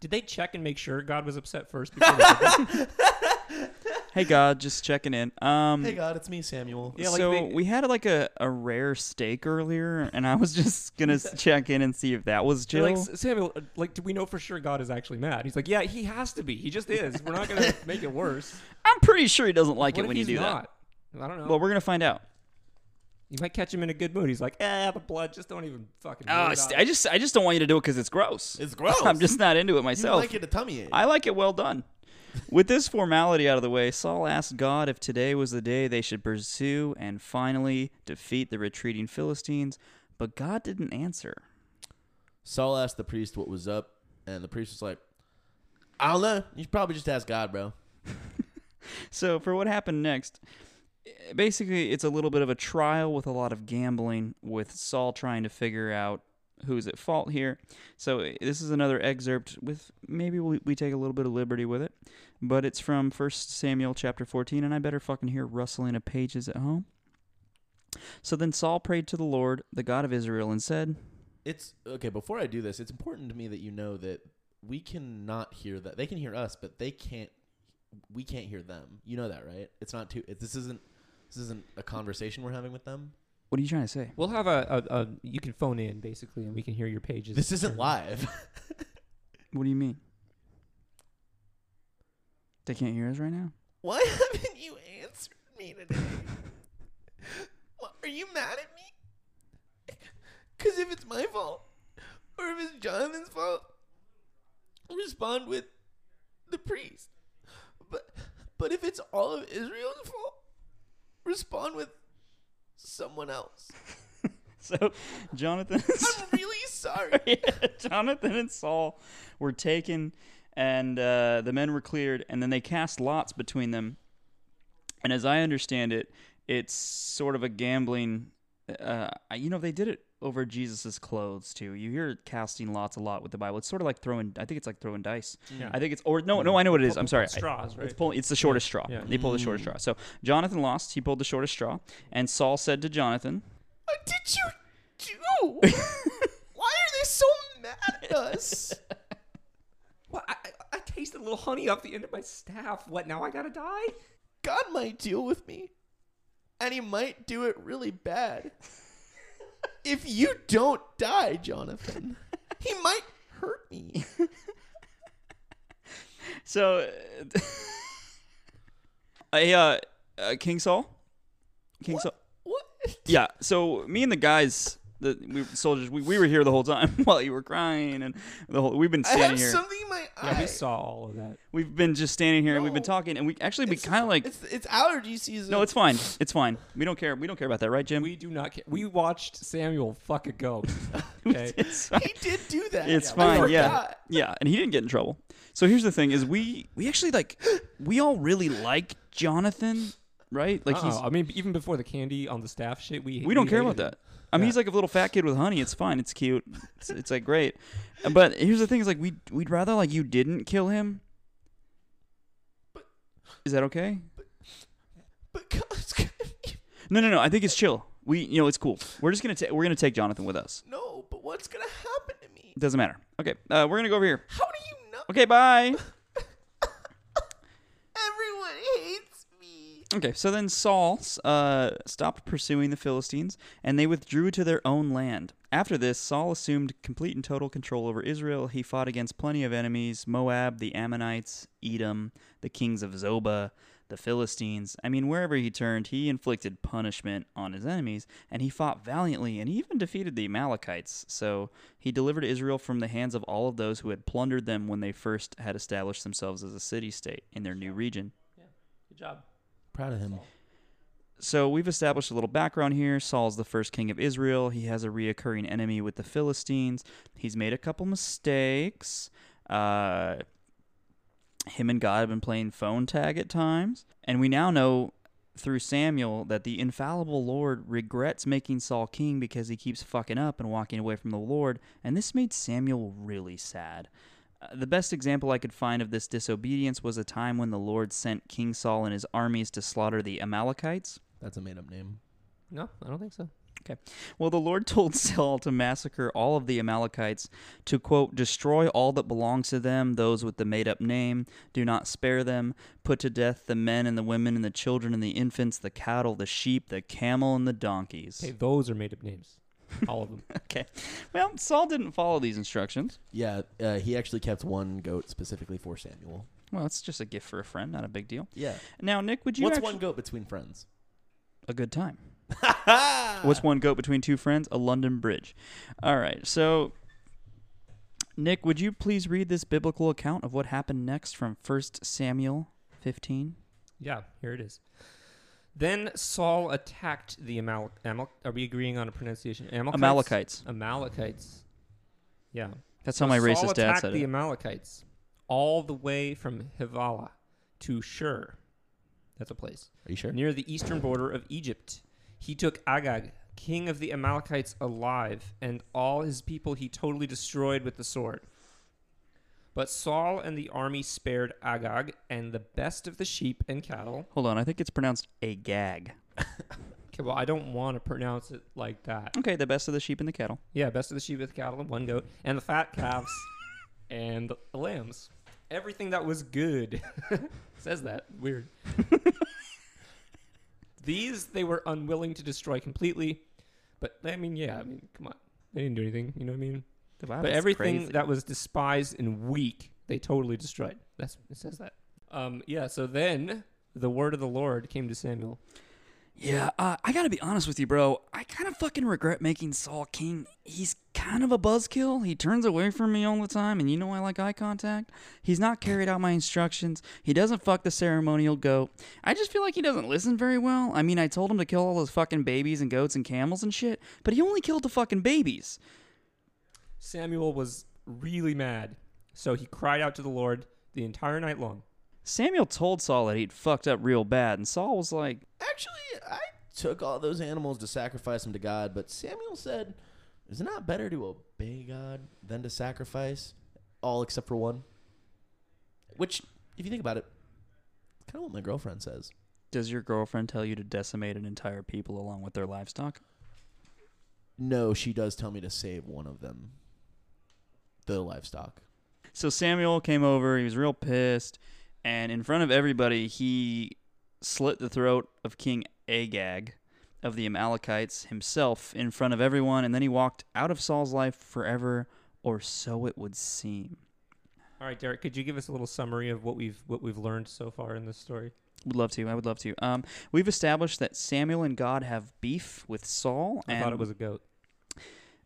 Speaker 1: did they check and make sure God was upset first. Before they did that?
Speaker 2: Hey God, just checking in. Um
Speaker 3: hey God, it's me, Samuel.
Speaker 1: Yeah, like
Speaker 2: so
Speaker 1: they-
Speaker 2: we had like a, a rare steak earlier, and I was just gonna s- check in and see if that was
Speaker 1: They're
Speaker 2: Jill.
Speaker 1: Like "S- Samuel, uh, like do we know for sure God is actually mad? He's like, yeah, he has to be. He just is. We're not gonna make it worse.
Speaker 2: I'm pretty sure he doesn't like
Speaker 1: what
Speaker 2: it
Speaker 1: if
Speaker 2: when you
Speaker 1: he's
Speaker 2: do
Speaker 1: not? I don't know.
Speaker 2: that. Well, we're gonna find out.
Speaker 1: you might catch him in a good mood. He's like, eh, the blood. Just don't even fucking.
Speaker 2: Oh, I
Speaker 1: worry
Speaker 2: st-
Speaker 1: about
Speaker 2: I
Speaker 1: it."
Speaker 2: just I just don't want you to do it because it's gross.
Speaker 3: It's gross.
Speaker 2: I'm just not into it
Speaker 3: you
Speaker 2: myself.
Speaker 3: like it a tummy ache.
Speaker 2: I like it well done. With this formality out of the way, Saul asked God if today was the day they should pursue and finally defeat the retreating Philistines, but God didn't answer.
Speaker 3: Saul asked the priest what was up, and the priest was like, I don't know. You should probably just ask God, bro.
Speaker 2: So, for what happened next, eh, basically it's a little bit of a trial with a lot of gambling, with Saul trying to figure out who's at fault here. So, eh, this is another excerpt with maybe we, we take a little bit of liberty with it, but it's from 1 Samuel chapter 14, and I better fucking hear rustling of pages at home. So then Saul prayed to the Lord, the God of Israel, and said,
Speaker 3: It's okay. Before I do this, it's important to me that you know that we cannot hear that. They can hear us, but they can't. We can't hear them. You know that, right? It's not too. It, this isn't. This isn't a conversation we're having with them.
Speaker 2: What are you trying to say?
Speaker 1: We'll have a, a, a you can phone in basically, and we can hear your pages.
Speaker 3: This isn't live.
Speaker 2: What do you mean? They can't hear us right now?
Speaker 3: Why haven't you answered me today? What, are you mad at me? Because if it's my fault, or if it's Jonathan's fault, respond with the priest. But, but if it's all of Israel's fault, respond with someone else.
Speaker 2: So Jonathan
Speaker 3: I'm really sorry.
Speaker 2: Jonathan and Saul were taken, and uh, the men were cleared, and then they cast lots between them. And as I understand it, it's sort of a gambling. Uh, you know, they did it over Jesus's clothes too. You hear casting lots a lot with the Bible. It's sort of like throwing. I think it's like throwing dice.
Speaker 1: Yeah.
Speaker 2: I think it's or no, no. I know what it is. I'm sorry. I-
Speaker 1: Straws, right?
Speaker 2: it's pulling. It's the shortest straw.
Speaker 1: Yeah. Mm.
Speaker 2: They pull the shortest straw. So Jonathan lost. He pulled the shortest straw, and Saul said to Jonathan,
Speaker 3: What did you do? Why are they so mad at us?
Speaker 1: What? I, I, I tasted a little honey off the end of my staff. What? Now I gotta die?
Speaker 3: God might deal with me, and he might do it really bad. if you don't die, Jonathan, he might hurt me.
Speaker 2: So, uh, I, uh, uh, King Saul, King Saul.
Speaker 3: What?
Speaker 2: Yeah. So me and the guys, the we, soldiers, we, we were here the whole time while you were crying, and the whole we've been
Speaker 3: I
Speaker 2: standing
Speaker 3: have
Speaker 2: here.
Speaker 3: something in my eye.
Speaker 1: Yeah, we saw all of that.
Speaker 2: We've been just standing here, and we've been
Speaker 3: No.
Speaker 2: talking, and we actually we
Speaker 3: It's-
Speaker 2: kind of like
Speaker 3: it's it's allergy season.
Speaker 2: no, it's fine, it's fine. We don't care. We don't care about that, right, Jim?
Speaker 1: We do not. Ca- we watched Samuel fuck a goat. Okay.
Speaker 2: it's fine.
Speaker 3: he did do that.
Speaker 2: It's
Speaker 3: I
Speaker 2: fine, yeah,
Speaker 3: forgot.
Speaker 2: yeah, and he didn't get in trouble. So here's the thing: is we we actually like we all really like Jonathan, right? Like
Speaker 3: Oh,
Speaker 2: he's
Speaker 1: I mean, even before the candy on the staff shit, we
Speaker 2: we don't care about
Speaker 1: hated
Speaker 2: that.
Speaker 1: it.
Speaker 2: I mean,
Speaker 1: Yeah.
Speaker 2: he's like a little fat kid with honey. It's fine. It's cute. It's, it's like great. But here's the thing: is like we we'd rather like you didn't kill him. Is that okay?
Speaker 3: But God,
Speaker 2: No, no, no. I think it's chill. We, you know, it's cool. We're just gonna ta- we're gonna take Jonathan with us.
Speaker 3: no, but what's gonna happen to me?
Speaker 2: It doesn't matter. Okay, uh, we're gonna go over here.
Speaker 3: How do you know
Speaker 2: Okay, bye.
Speaker 3: everyone hates me?
Speaker 2: Okay, so then Saul uh, stopped pursuing the Philistines, and they withdrew to their own land. After this, Saul assumed complete and total control over Israel. He fought against plenty of enemies Moab, the Ammonites, Edom, the kings of Zobah, the Philistines. I mean, wherever he turned, he inflicted punishment on his enemies, and he fought valiantly and he even defeated the Amalekites. So he delivered Israel from the hands of all of those who had plundered them when they first had established themselves as a city state in their new region.
Speaker 1: Good job.
Speaker 3: Proud of him.
Speaker 2: So we've established a little background here. Saul's the first king of Israel. He has a reoccurring enemy with the Philistines. He's made a couple mistakes. Uh, him and God have been playing phone tag at times, and we now know through Samuel that the infallible Lord regrets making Saul king because he keeps fucking up and walking away from the Lord, and this made Samuel really sad. Uh, the best example I could find of this disobedience was a time when the Lord sent King Saul and his armies to slaughter the Amalekites.
Speaker 3: That's a made-up name.
Speaker 1: No, I don't think so.
Speaker 2: Well, the Lord told Saul to massacre all of the Amalekites, to, quote, destroy all that belongs to them, those with the made up name, do not spare them, put to death the men and the women and the children and the infants, the cattle, the sheep, the camel, and the donkeys.
Speaker 1: Okay, those are made up names, all of them.
Speaker 2: Okay. Well, Saul didn't follow these instructions.
Speaker 3: Yeah, uh, he actually kept one goat specifically for Samuel.
Speaker 2: Well, it's just a gift for a friend, not a big deal.
Speaker 3: Yeah.
Speaker 2: Now, Nick, would you
Speaker 3: What's
Speaker 2: actu-
Speaker 3: one goat between friends?
Speaker 2: a good time? What's one goat between two friends? A London Bridge. All right. So, Nick, would you please read this biblical account of what happened next from 1 Samuel 15?
Speaker 1: Yeah, here it is. Then Saul attacked the Amal. Amal- are we agreeing on a pronunciation? Amalekites.
Speaker 2: Amalekites.
Speaker 1: Amalekites. Yeah.
Speaker 2: That's how my
Speaker 1: So Saul
Speaker 2: racist dad
Speaker 1: attacked
Speaker 2: said
Speaker 1: the
Speaker 2: it.
Speaker 1: Amalekites all the way from Hivala to Shur. That's a place
Speaker 3: Are you sure?
Speaker 1: near the eastern border of Egypt. He took Agag, king of the Amalekites, alive, and all his people he totally destroyed with the sword. But Saul and the army spared Agag and the best of the sheep and cattle.
Speaker 2: Hold on. I think it's pronounced a gag.
Speaker 1: Okay, well, I don't want to pronounce it like that.
Speaker 2: Okay. The best of the sheep and the cattle.
Speaker 1: Yeah, best of the sheep with cattle and one goat, and the fat calves and the lambs. Everything that was good. Says that. Weird. These they were unwilling to destroy completely. But, I mean, yeah, I mean, come on. They didn't do anything. You know what I mean?
Speaker 2: The Bible's
Speaker 1: but everything
Speaker 2: crazy.
Speaker 1: that was despised and weak, they totally destroyed. That's, it says that. Um, yeah, so then the word of the Lord came to Samuel.
Speaker 2: Yeah, uh, I gotta be honest with you, bro. I kind of fucking regret making Saul king. He's kind of a buzzkill. He turns away from me all the time, and you know I like eye contact. He's not carried out my instructions. He doesn't fuck the ceremonial goat. I just feel like he doesn't listen very well. I mean, I told him to kill all those fucking babies and goats and camels and shit, but he only killed the fucking babies.
Speaker 1: Samuel was really mad, so he cried out to the Lord the entire night long.
Speaker 2: Samuel told Saul that he'd fucked up real bad, and Saul was like,
Speaker 3: Actually, I took all those animals to sacrifice them to God, but Samuel said, "Is it not better to obey God than to sacrifice all except for one?" Which, if you think about it, kind of what my girlfriend says.
Speaker 2: Does your girlfriend tell you to decimate an entire people along with their livestock?
Speaker 3: No, she does tell me to save one of them. The livestock.
Speaker 2: So Samuel came over. He was real pissed, and in front of everybody, he slit the throat of King Agag of the Amalekites himself in front of everyone, and then he walked out of Saul's life forever, or so it would seem.
Speaker 1: All right, Derek, could you give us a little summary of what we've what we've learned so far in this story?
Speaker 2: Would love to. I would love to. Um, we've established that Samuel and God have beef with Saul,
Speaker 1: I
Speaker 2: and
Speaker 1: thought it was a goat.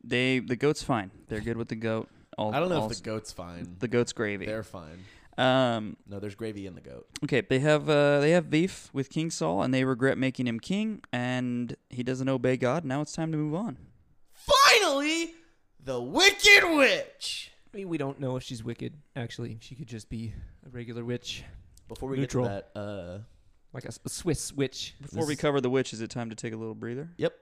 Speaker 2: they the goat's fine. They're good with the goat. All,
Speaker 3: I don't know
Speaker 2: all-
Speaker 3: if the goat's fine.
Speaker 2: the goat's gravy.
Speaker 3: They're fine.
Speaker 2: Um,
Speaker 3: No, there's gravy in the goat.
Speaker 2: Okay, they have uh, they have beef with King Saul, and they regret making him king, and he doesn't obey God. Now it's time to move on.
Speaker 3: Finally, the Wicked Witch.
Speaker 1: I mean, we don't know if she's wicked. Actually, she could just be a regular witch.
Speaker 3: Before we
Speaker 1: Neutral.
Speaker 3: get to that, uh,
Speaker 1: like a, s- a Swiss switch.
Speaker 2: Before we
Speaker 3: This-
Speaker 2: cover the witch, is it time to take a little breather?
Speaker 3: Yep.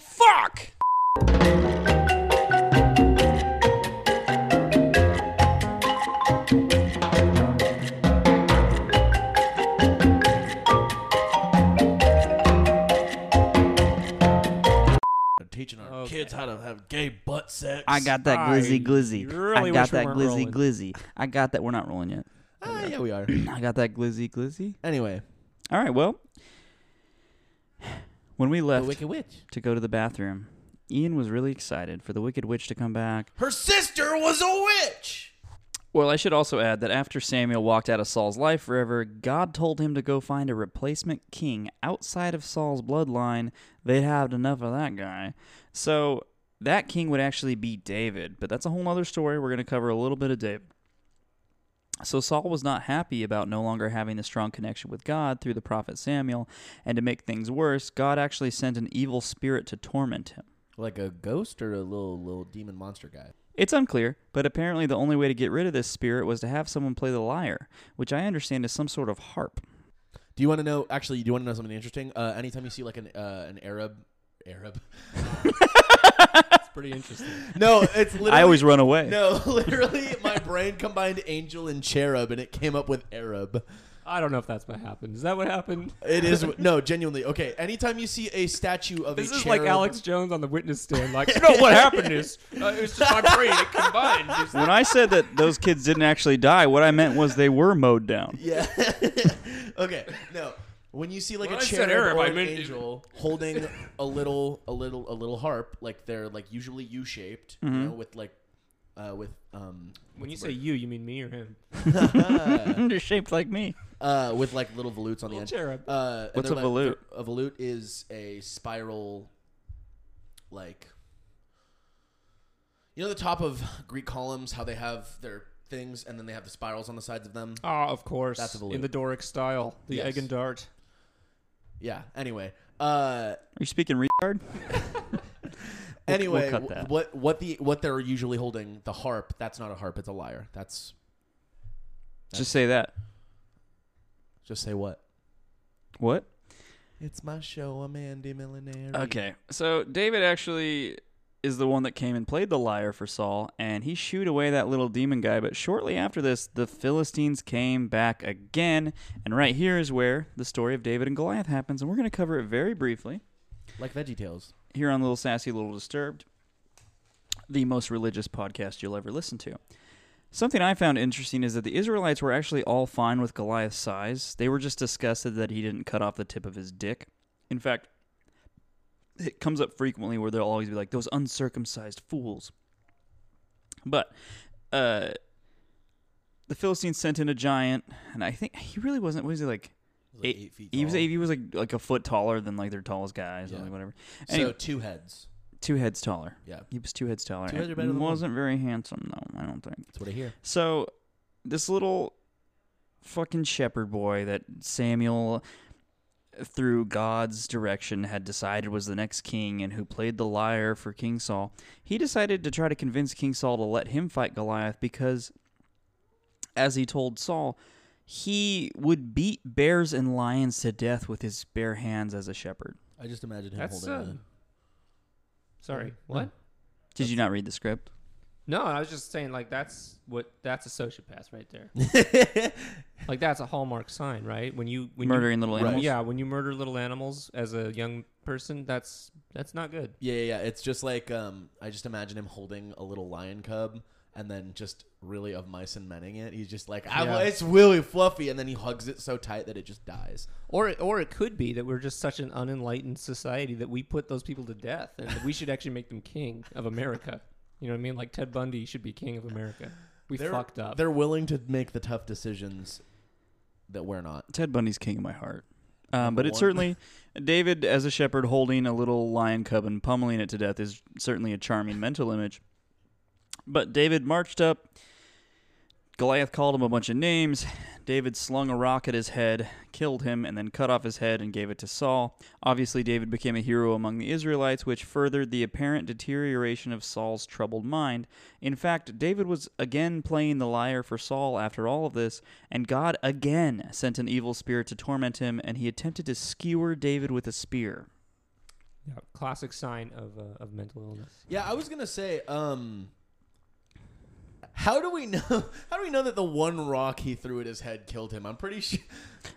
Speaker 2: Fuck!
Speaker 3: They're teaching our
Speaker 1: Okay.
Speaker 3: kids how to have gay butt sex.
Speaker 2: I got that
Speaker 1: I
Speaker 2: glizzy glizzy.
Speaker 1: really
Speaker 2: I
Speaker 1: wish
Speaker 2: got
Speaker 1: we
Speaker 2: that
Speaker 1: weren't
Speaker 2: glizzy
Speaker 1: rolling.
Speaker 2: glizzy. I got that. We're not rolling yet.
Speaker 3: Ah, yeah, we are.
Speaker 2: I got that glizzy glizzy.
Speaker 3: Anyway,
Speaker 2: All right. Well, when we
Speaker 3: the
Speaker 2: left
Speaker 3: Wicked Witch.
Speaker 2: to go to the bathroom, Ian was really excited for the Wicked Witch to come back.
Speaker 3: Her sister was a witch.
Speaker 2: Well, I should also add that after Samuel walked out of Saul's life forever, God told him to go find a replacement king outside of Saul's bloodline. They'd had enough of that guy. So that king would actually be David, but that's a whole other story. We're going to cover a little bit of David. So Saul was not happy about no longer having the strong connection with God through the prophet Samuel, and to make things worse, God actually sent an evil spirit to torment him.
Speaker 3: Like a ghost or a little little demon monster guy.
Speaker 2: It's unclear, but apparently the only way to get rid of this spirit was to have someone play the lyre, which I understand is some sort of harp.
Speaker 3: Do you want to know? Actually, do you want to know something interesting? Uh, anytime you see like an uh, an Arab, Arab.
Speaker 1: It's pretty interesting.
Speaker 3: No, it's literally.
Speaker 2: I always run away.
Speaker 3: No, literally, my brain combined angel and cherub, and it came up with Arab.
Speaker 1: I don't know if that's what happened. Is that what happened?
Speaker 3: It is no, genuinely. Okay, anytime you see a statue of
Speaker 1: This
Speaker 3: a
Speaker 1: is
Speaker 3: cherub,
Speaker 1: like Alex Jones on the witness stand. Like, you know what happened is uh, it was just my brain. It combined. It's-
Speaker 2: When I said that those kids didn't actually die, what I meant was they were mowed down.
Speaker 3: Yeah. okay. No. When you see like
Speaker 1: When
Speaker 3: a
Speaker 1: I said
Speaker 3: cherub
Speaker 1: Arab,
Speaker 3: or
Speaker 1: I
Speaker 3: an
Speaker 1: meant-
Speaker 3: angel holding a little, a little, a little harp, like they're like usually U shaped,
Speaker 2: Mm-hmm.
Speaker 3: you know, with like, uh, with um,
Speaker 1: when you say you, you mean me or him?
Speaker 2: They're shaped like me.
Speaker 3: uh, with like little volutes on the
Speaker 1: Little
Speaker 3: end.
Speaker 1: cherub.
Speaker 3: Uh, and
Speaker 2: What's
Speaker 3: they're
Speaker 2: a volute?
Speaker 3: like- A volute is a spiral, like, you know, the top of Greek columns, how they have their things, and then they have the spirals on the sides of them.
Speaker 1: Ah, of course.
Speaker 3: That's a volute.
Speaker 1: in the Doric style, the
Speaker 3: Yes.
Speaker 1: egg and dart.
Speaker 3: Yeah. Anyway. Uh,
Speaker 2: Are you speaking retard? We'll- we'll
Speaker 3: anyway,
Speaker 2: cut
Speaker 3: wh-
Speaker 2: that.
Speaker 3: what what the what they're usually holding the harp? That's not a harp. It's a lyre. That's
Speaker 2: Just say that.
Speaker 3: just say what?
Speaker 2: What?
Speaker 3: It's my show. I'm Andy Millenary.
Speaker 2: Okay. So David actually is the one that came and played the lyre for Saul, and he shooed away that little demon guy. But shortly after this, the Philistines came back again, and right here is where the story of David and Goliath happens, and we're going to cover it very briefly
Speaker 3: Like Veggie Tales.
Speaker 2: here on Little Sassy, Little Disturbed, the most religious podcast you'll ever listen to. Something I found interesting is that the Israelites were actually all fine with Goliath's size. They were just disgusted that he didn't cut off the tip of his dick. In fact, it comes up frequently where they'll always be like, those uncircumcised fools. But uh, the Philistines sent in a giant, and I think he really wasn't, was he like,
Speaker 3: It was like
Speaker 2: Eight-
Speaker 3: eight feet
Speaker 2: he was,
Speaker 3: tall.
Speaker 2: he was like like a foot taller than like their tallest guys, or
Speaker 3: Yeah.
Speaker 2: like whatever.
Speaker 3: So
Speaker 2: Anyway,
Speaker 3: two heads.
Speaker 2: two heads taller.
Speaker 3: Yeah,
Speaker 2: He was two heads taller.
Speaker 3: Two heads are
Speaker 2: and
Speaker 3: better than one.
Speaker 2: wasn't very handsome though. I don't think.
Speaker 3: that's what I hear.
Speaker 2: So this little fucking shepherd boy that Samuel, through God's direction, had decided was the next king and who played the lyre for King Saul. He decided to try to convince King Saul to let him fight Goliath because, as he told Saul. He would beat bears and lions to death with his bare hands as a shepherd.
Speaker 3: I just imagine him
Speaker 1: That's
Speaker 3: holding.
Speaker 1: uh,
Speaker 2: um,
Speaker 3: a-
Speaker 1: sorry.
Speaker 3: Yeah.
Speaker 1: What?
Speaker 2: Did you not read the script?
Speaker 1: No, I was just saying like that's what that's a sociopath right there. like that's a hallmark sign, right? When you when
Speaker 2: Murdering little
Speaker 3: Right.
Speaker 2: animals.
Speaker 1: you, yeah, when you murder little animals as a young person, that's that's not good.
Speaker 3: Yeah, yeah, yeah. It's just like um, I just imagine him holding a little lion cub. And then just really of mice and menning it. He's just like, I,
Speaker 1: Yeah.
Speaker 3: it's really fluffy. And then he hugs it so tight that it just dies.
Speaker 1: Or it, or it could be that we're just such an unenlightened society that we put those people to death, and we should actually make them king of America. You know what I mean? Like Ted Bundy should be king of America. We
Speaker 3: They're-
Speaker 1: fucked
Speaker 2: Uh,
Speaker 1: up.
Speaker 3: They're willing to make the tough decisions that we're not.
Speaker 2: Ted Bundy's king of my heart. Um,
Speaker 3: Number
Speaker 2: but it's
Speaker 3: one.
Speaker 2: certainly David as a shepherd holding a little lion cub and pummeling it to death is certainly a charming mental image. But David marched up, Goliath called him a bunch of names. David slung a rock at his head, killed him, and then cut off his head and gave it to Saul. Obviously, David became a hero among the Israelites, which furthered the apparent deterioration of Saul's troubled mind. In fact, David was again playing the liar for Saul after all of this, and God again sent an evil spirit to torment him, and he attempted to skewer David with a spear.
Speaker 1: Yeah, classic sign of uh, of mental illness.
Speaker 3: Yeah, I was gonna say, um, how do we know? How do we know that the one rock he threw at his head killed him? I'm pretty sure.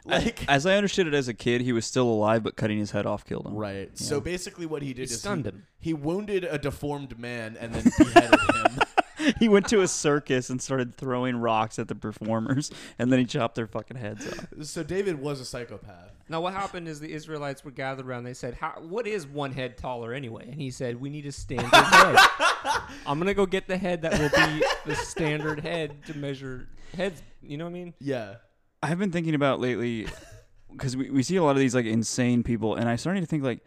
Speaker 3: Like,
Speaker 2: As I understood it as a kid, he was still alive, but cutting his head off killed him.
Speaker 3: right. So basically, what he did
Speaker 1: He
Speaker 3: is
Speaker 1: stunned
Speaker 3: he,
Speaker 1: him.
Speaker 3: he wounded a deformed man and then beheaded him.
Speaker 2: he went to a circus and started throwing rocks at the performers, and then he chopped their fucking heads off.
Speaker 3: So David was a psychopath.
Speaker 1: Now, what happened is the Israelites were gathered around. They said, How, "What is one head taller anyway?" And he said, "We need a standard head. I'm gonna go get the head that will be the standard head to measure heads. You know what I mean?
Speaker 3: Yeah.
Speaker 2: I've been thinking about lately because we, we see a lot of these like insane people, and I started to think like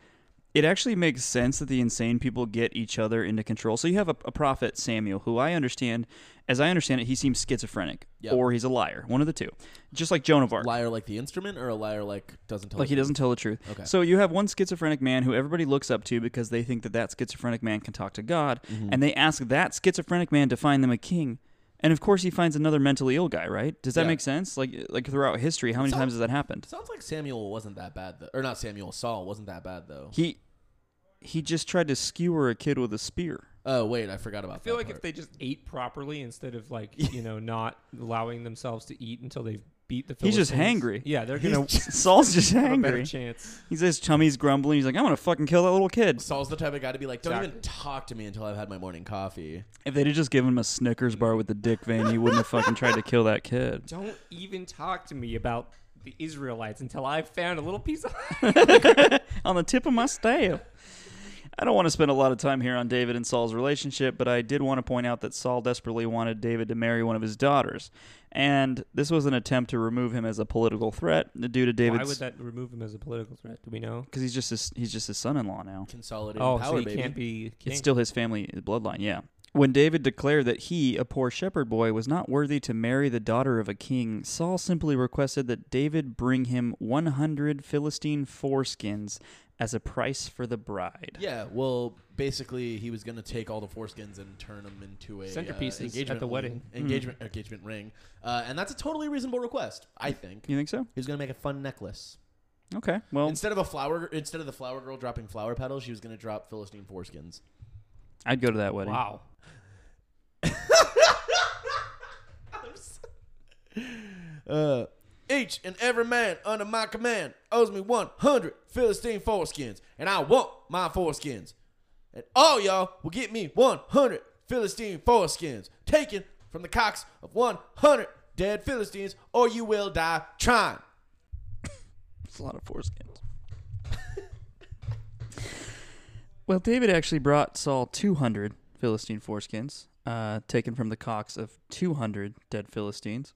Speaker 2: it actually makes sense that the insane people get each other into control. So you have a, a prophet Samuel, who I understand, as I understand it, he seems schizophrenic
Speaker 3: Yep.
Speaker 2: or he's a liar, one of the two, just like Joan of Arc.
Speaker 3: Liar like the instrument, or a liar like doesn't tell.
Speaker 2: Like he
Speaker 3: the truth?
Speaker 2: doesn't tell the truth.
Speaker 3: Okay.
Speaker 2: So you have one schizophrenic man who everybody looks up to because they think that that schizophrenic man can talk to God,
Speaker 3: Mm-hmm.
Speaker 2: and they ask that schizophrenic man to find them a king. And of course, he finds another mentally ill guy. Right? Does that
Speaker 3: Yeah.
Speaker 2: make sense? Like, like throughout history, how many
Speaker 3: So-
Speaker 2: times has that happened?
Speaker 3: Sounds like Samuel wasn't that bad, though. or not Samuel. Saul wasn't that bad though.
Speaker 2: He, he just tried to skewer a kid with a spear.
Speaker 3: Oh wait, I forgot about.
Speaker 1: I feel
Speaker 3: that
Speaker 1: like if
Speaker 3: part.
Speaker 1: they just ate properly instead of like you know not allowing themselves to eat until they've beat the.
Speaker 2: He's just
Speaker 1: Philistines-
Speaker 2: hangry.
Speaker 1: Yeah, they're gonna
Speaker 2: Saul's just
Speaker 1: have a better
Speaker 2: angry.
Speaker 1: chance.
Speaker 2: He's his tummy's grumbling. He's like, I'm gonna fucking kill that little kid.
Speaker 3: Saul's the type of guy to be like, don't even
Speaker 1: Exactly.
Speaker 3: talk to me until I've had my morning coffee.
Speaker 2: If they'd have just given him a Snickers bar with the dick vein, he wouldn't have fucking tried to kill that kid.
Speaker 1: Don't even talk to me about the Israelites until I've found a little piece of.
Speaker 2: on the tip of my staff. I don't want to spend a lot of time here on David and Saul's relationship, but I did want to point out that Saul desperately wanted David to marry one of his daughters, and this was an attempt to remove him as a political threat due to
Speaker 1: Why would
Speaker 2: David's
Speaker 1: that remove him as a political threat? Do we know?
Speaker 2: because he's just his, he's just his son-in-law now.
Speaker 3: Consolidating
Speaker 1: Oh,
Speaker 3: power,
Speaker 1: so he
Speaker 3: baby.
Speaker 1: can't be. King.
Speaker 2: It's still his family uh, bloodline, yeah. When David declared that he, a poor shepherd boy, was not worthy to marry the daughter of a king, Saul simply requested that David bring him 100 Philistine foreskins as a price for the bride.
Speaker 3: Yeah, well, basically, he was going to take all the foreskins and turn them into a
Speaker 1: Centerpieces
Speaker 3: uh,
Speaker 1: at
Speaker 3: engagement
Speaker 1: the
Speaker 3: ring-
Speaker 1: wedding.
Speaker 3: engagement engagement ring, uh, and that's a totally reasonable request. I think he
Speaker 2: You think so?
Speaker 3: was going to make a fun necklace
Speaker 2: Okay. Well,
Speaker 3: instead of a flower. Instead of the flower girl dropping flower petals, she was going to drop Philistine foreskins.
Speaker 2: I'd go to that wedding.
Speaker 1: wow.
Speaker 3: Uh, each and every man under my command owes me 100 Philistine foreskins, and I want my foreskins. And all y'all will get me 100 Philistine foreskins, taken from the cocks of 100 dead Philistines, or you will die trying.
Speaker 2: It's a lot of foreskins. well, David actually brought Saul 200 Philistine foreskins, uh, taken from the cocks of 200 dead Philistines.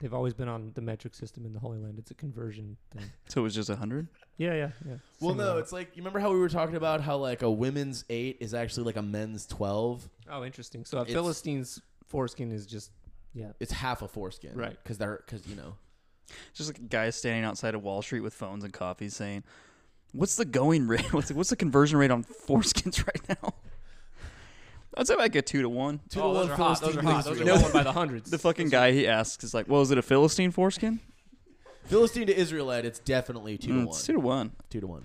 Speaker 1: They've always been on the metric system in the Holy Land. It's a conversion thing.
Speaker 2: So it was just 100?
Speaker 1: Yeah, yeah, yeah.
Speaker 3: Well, no, it's like, you remember how we were talking about how, like, a women's eight is actually like a men's 12?
Speaker 1: oh, interesting. So a
Speaker 3: It's-
Speaker 1: Philistine's foreskin is just yeah.
Speaker 3: It's half a foreskin.
Speaker 1: Right.
Speaker 3: Because they're, because, you know.
Speaker 2: Just like guys standing outside of Wall Street with phones and coffee saying, What's the going rate? What's the, what's the conversion rate on foreskins right now? I'd say like a two to one.
Speaker 3: Two
Speaker 1: oh,
Speaker 3: to
Speaker 1: those
Speaker 3: one
Speaker 1: are hot. Those are
Speaker 3: Philistine
Speaker 1: hot. Those are
Speaker 3: Israel.
Speaker 1: going by the hundreds.
Speaker 2: The fucking guy he asks is like, Well, is it a Philistine foreskin?
Speaker 3: Philistine to Israelite, it's definitely two to
Speaker 2: Mm,
Speaker 3: one.
Speaker 2: it's two to one.
Speaker 3: two to one.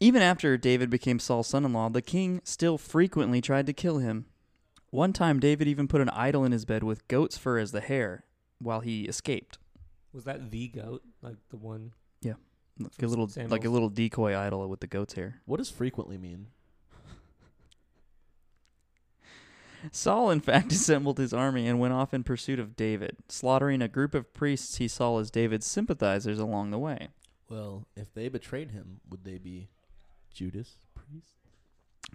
Speaker 2: Even after David became Saul's son in law, the king still frequently tried to kill him. One time, David even put an idol in his bed with goat's fur as the hair while he escaped.
Speaker 1: was that the goat? Like the one?
Speaker 2: Like a
Speaker 1: From
Speaker 2: little,
Speaker 1: Samuel's-
Speaker 2: like a little decoy idol with the goat's hair.
Speaker 3: What does frequently mean?
Speaker 2: Saul, in fact, assembled his army and went off in pursuit of David, slaughtering a group of priests he saw as David's sympathizers along the way.
Speaker 3: Well, if they betrayed him, would they be Judas priest?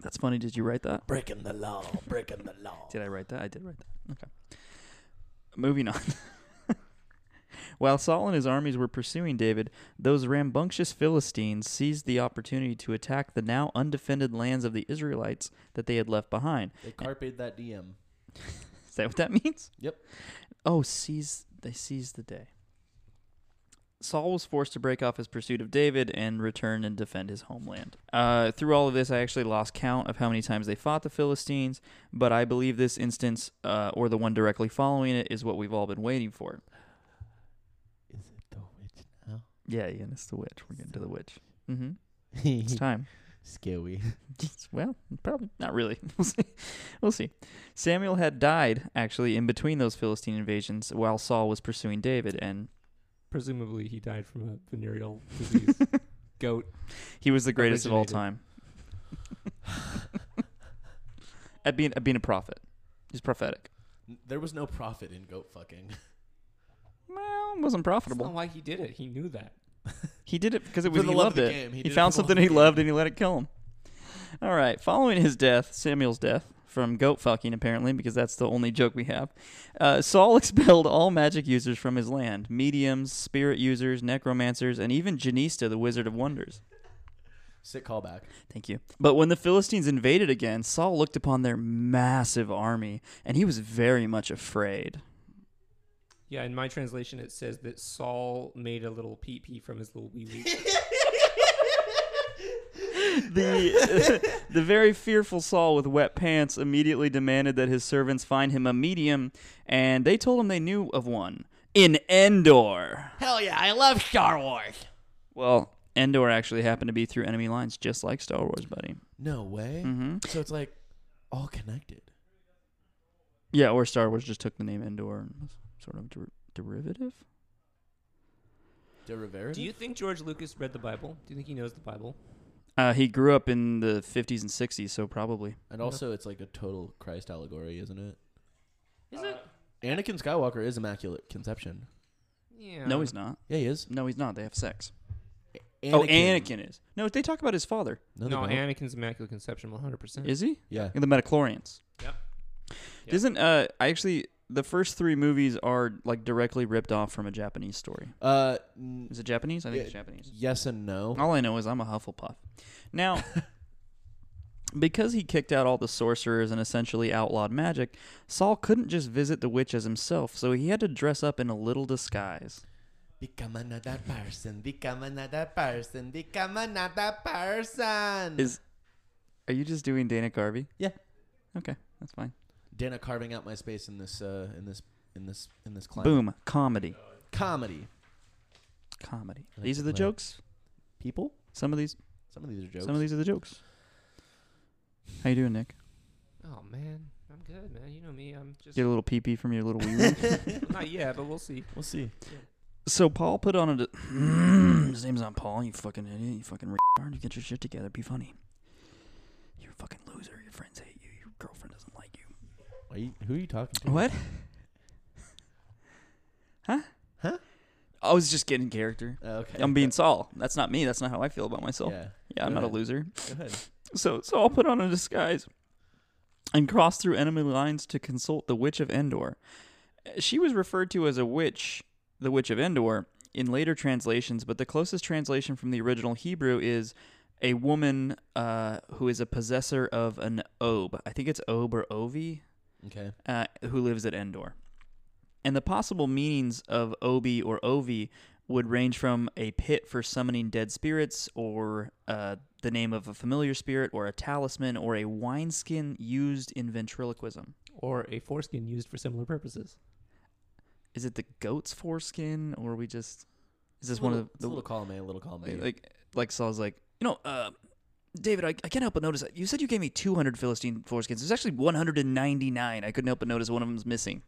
Speaker 2: That's funny. Did you write that?
Speaker 3: Breaking the law, breaking the law.
Speaker 2: Did I write that? I did write that. Okay. Moving on. While Saul and his armies were pursuing David, those rambunctious Philistines seized the opportunity to attack the now undefended lands of the Israelites that they had left behind.
Speaker 3: They carped that DM.
Speaker 2: Is that what that means?
Speaker 3: Yep.
Speaker 2: Oh, seize they seized the day. Saul was forced to break off his pursuit of David and return and defend his homeland. Uh, through all of this, I actually lost count of how many times they fought the Philistines, but I believe this instance, uh, or the one directly following it, is what we've all been waiting for.
Speaker 3: Is it the witch
Speaker 2: Yeah, Ian, it's the witch. We're getting to the witch. Mm-hmm. It's
Speaker 3: now?
Speaker 2: time.
Speaker 3: Scary.
Speaker 2: well, probably not really. we'll see. We'll see. Samuel had died actually in between those Philistine invasions while Saul was pursuing David, and
Speaker 1: Presumably, he died from a venereal disease. Goat.
Speaker 2: he was the greatest of all
Speaker 1: Originated.
Speaker 2: time. at being at being a prophet, he's prophetic.
Speaker 3: There was no profit in goat fucking.
Speaker 2: Well, it wasn't
Speaker 1: That's
Speaker 2: profitable.
Speaker 1: not why he did it. He knew that.
Speaker 2: He did it because it was
Speaker 3: For
Speaker 2: he
Speaker 3: the love
Speaker 2: loved
Speaker 3: of
Speaker 2: it.
Speaker 3: the game. He
Speaker 2: He,
Speaker 3: did it
Speaker 2: found
Speaker 3: for the love
Speaker 2: something
Speaker 3: of
Speaker 2: he
Speaker 3: the
Speaker 2: loved and he let it kill him. All right. Following his death, Samuel's death from goat fucking apparently, because that's the only joke we have. Uh, Saul expelled all magic users from his land: mediums, spirit users, necromancers, and even Janista, the wizard of wonders.
Speaker 3: Sick callback.
Speaker 2: Thank you. But when the Philistines invaded again, Saul looked upon their massive army, and he was very much afraid.
Speaker 1: Yeah, in my translation, it says that Saul made a little pee pee from his little wee wee.
Speaker 2: the the very fearful Saul with wet pants immediately demanded that his servants find him a medium, and they told him they knew of one in Endor.
Speaker 3: Hell yeah, I love Star Wars.
Speaker 2: Well, Endor actually happened to be through enemy lines, just like Star Wars, buddy.
Speaker 3: No way.
Speaker 2: hmm
Speaker 3: So it's like all connected.
Speaker 2: Yeah, or Star Wars just took the name Endor and was sort of der- derivative.
Speaker 3: De Rivera?
Speaker 1: Do you think George Lucas read the Bible? Do you think he knows the Bible?
Speaker 2: Uh, he grew up in the 50s and 60s, so probably.
Speaker 3: and also, it's like a total Christ allegory, isn't it?
Speaker 1: Is
Speaker 2: Uh,
Speaker 1: it?
Speaker 3: Anakin Skywalker is immaculate conception.
Speaker 1: Yeah.
Speaker 2: No, he's not.
Speaker 3: Yeah, he is.
Speaker 2: No, he's not. They have sex. Oh, Anakin is. No, they talk about his father.
Speaker 3: No,
Speaker 1: no,
Speaker 3: Anakin.
Speaker 1: Anakin's Immaculate Conception, 100%.
Speaker 2: Is he?
Speaker 3: Yeah.
Speaker 2: In the Metachlorians.
Speaker 1: Yep. Yep.
Speaker 2: Isn't uh I actually the first three movies are like directly ripped off from a Japanese story.
Speaker 3: Uh, n-
Speaker 2: Is it Japanese? I think
Speaker 3: Yeah.
Speaker 2: it's Japanese.
Speaker 3: yes and no.
Speaker 2: All I know is I'm a Hufflepuff. Now, because he kicked out all the sorcerers and essentially outlawed magic, Saul couldn't just visit the witch as himself, so he had to dress up in a little disguise.
Speaker 3: Become another person. Become another person. Become another person.
Speaker 2: Is are you just doing Dana Carvey?
Speaker 3: Yeah.
Speaker 2: Okay, that's fine.
Speaker 3: Dana carving out my space in this uh in this in this in this climate.
Speaker 2: Boom, comedy,
Speaker 3: Comedy.
Speaker 2: comedy.
Speaker 3: I like
Speaker 2: These
Speaker 3: to
Speaker 2: are the
Speaker 3: play.
Speaker 2: jokes.
Speaker 3: People.
Speaker 2: Some of these,
Speaker 3: Some of these are jokes.
Speaker 2: some of these are the jokes. How you doing, Nick?
Speaker 1: Oh, man. I'm good, man. You know me. I'm just.
Speaker 2: Get a little pee pee from your little wee wee.
Speaker 1: Not e- yet, but we'll see.
Speaker 3: We'll see.
Speaker 2: So Paul put on a. di- His name's not Paul. You fucking idiot. You fucking retard. You get your shit together. Be funny. You're a fucking loser. Your friends hate you. Your girlfriend doesn't like you.
Speaker 3: Are you, who are you talking to?
Speaker 2: What? huh?
Speaker 3: Huh?
Speaker 2: I was just getting character.
Speaker 3: Oh, okay.
Speaker 2: I'm being Saul. That's not me. That's not how I feel about myself. Yeah,
Speaker 3: Yeah.
Speaker 2: I'm not a
Speaker 3: Good.
Speaker 2: loser.
Speaker 3: Go ahead.
Speaker 2: So Saul put on a disguise and crossed through enemy lines to consult the Witch of Endor. She was referred to as a witch, the Witch of Endor, in later translations, but the closest translation from the original Hebrew is a woman uh, who is a possessor of an obe. I think it's obe or ovi
Speaker 3: Okay.
Speaker 2: uh, who lives at Endor. And the possible meanings of Obi or Ovi would range from a pit for summoning dead spirits, or uh, the name of a familiar spirit, or a talisman, or a wineskin used in ventriloquism.
Speaker 1: Or a foreskin used for similar purposes.
Speaker 2: Is it the goat's foreskin, or we just. Is this
Speaker 3: It's a little,
Speaker 2: one of
Speaker 3: it's a
Speaker 2: the.
Speaker 3: little column A, a little column B.
Speaker 2: like, like Saul's like, you know, uh, David, I, I can't help but notice that you said you gave me 200 Philistine foreskins. There's actually 199. I couldn't help but notice one of them's missing.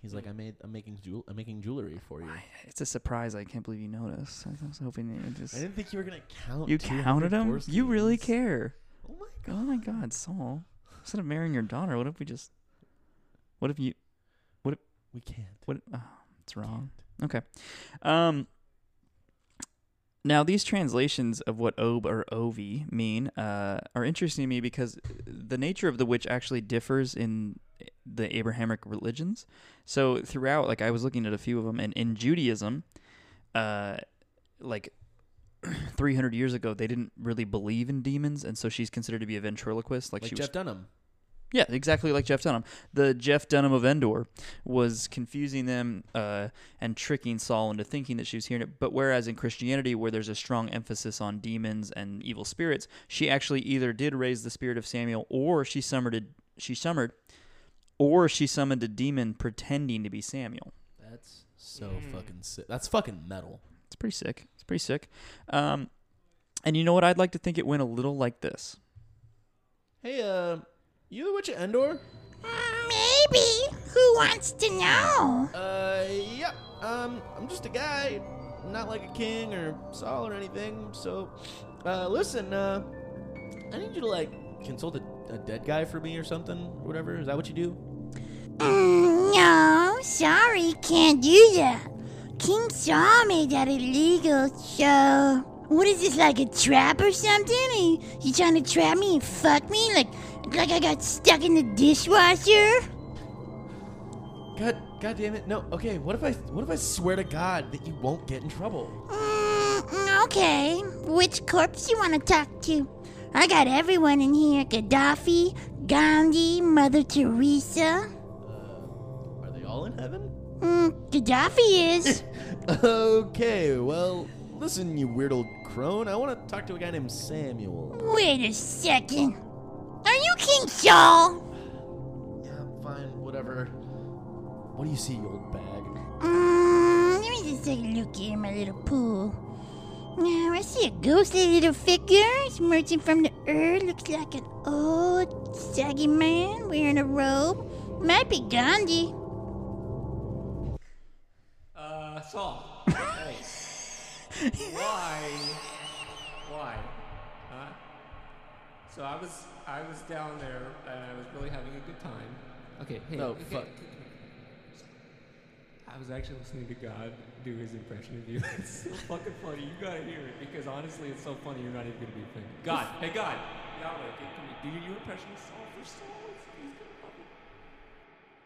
Speaker 3: He's like, I made. I'm making. Jewel, I'm making jewelry for you.
Speaker 2: I- It's a surprise. I can't believe you noticed. I was hoping you would just.
Speaker 3: I didn't think you were gonna count.
Speaker 2: You
Speaker 3: 200
Speaker 2: counted them. You really
Speaker 3: foreskins.
Speaker 2: care.
Speaker 3: Oh my
Speaker 2: Oh my God, Saul! Instead of marrying your daughter, what if we just? What if you?
Speaker 3: We can't.
Speaker 2: What? Oh, it's wrong. Okay. Um. Now these translations of what ob or ovi mean uh, are interesting to me because the nature of the witch actually differs in the Abrahamic religions. So throughout, like I was looking at a few of them, and in Judaism, uh, like 300 years ago, they didn't really believe in demons, and so she's considered to be a ventriloquist. Like,
Speaker 3: Like
Speaker 2: she
Speaker 3: Jeff
Speaker 2: was
Speaker 3: Dunham.
Speaker 2: Yeah, exactly like Jeff Dunham. The Jeff Dunham of Endor was confusing them uh, and tricking Saul into thinking that she was hearing it. But whereas in Christianity, where there's a strong emphasis on demons and evil spirits, she actually either did raise the spirit of Samuel or she summoned a, she summoned or she summoned a demon pretending to be Samuel.
Speaker 3: That's so fucking sick. That's fucking metal.
Speaker 2: It's pretty sick. It's pretty sick. Um, and you know what? I'd like to think it went a little like this.
Speaker 3: Hey, uh, you the Witch of Endor?
Speaker 4: Maybe. Who wants to know?
Speaker 3: Uh, yep. Um, I'm just a guy, not like a king or Saul or anything. So, uh, listen, uh, I need you to like consult a, a dead guy for me or something, or whatever. Is that what you do?
Speaker 4: Mm, no, sorry, can't do that. King Saw made that illegal, so. What is this, like a trap or something? You, you trying to trap me and fuck me? Like, like I got stuck in the dishwasher?
Speaker 3: God, god damn it! No. Okay, what if I, what if I swear to God that you won't get in trouble?
Speaker 4: Mm, okay, which corpse you want to talk to? I got everyone in here Gaddafi, Gandhi, Mother Teresa.
Speaker 3: Are they all in heaven?
Speaker 4: Mm, Gaddafi is.
Speaker 3: Okay, well, listen, you weird old crone. I want to talk to a guy named Samuel.
Speaker 4: Wait a second. Are you King Saul?
Speaker 3: Yeah, fine, whatever. What do you see, you old bag?
Speaker 4: Mm, let me just take a look here in my little pool. Now, I see a ghostly little figure It's emerging from the earth. Looks like an old, saggy man wearing a robe. Might be Gandhi.
Speaker 1: Uh, Saul. hey. Why? Why? Huh? So I was I was down there and I was really having a good time. Okay. Hey.
Speaker 3: Oh,
Speaker 1: okay,
Speaker 3: fuck.
Speaker 1: I was actually listening to God do his impression of you. It's so fucking funny. You gotta hear it because honestly, it's so funny. You're not even gonna be offended. God, hey God, Yahweh, give me- do your impression of Saul for Saul.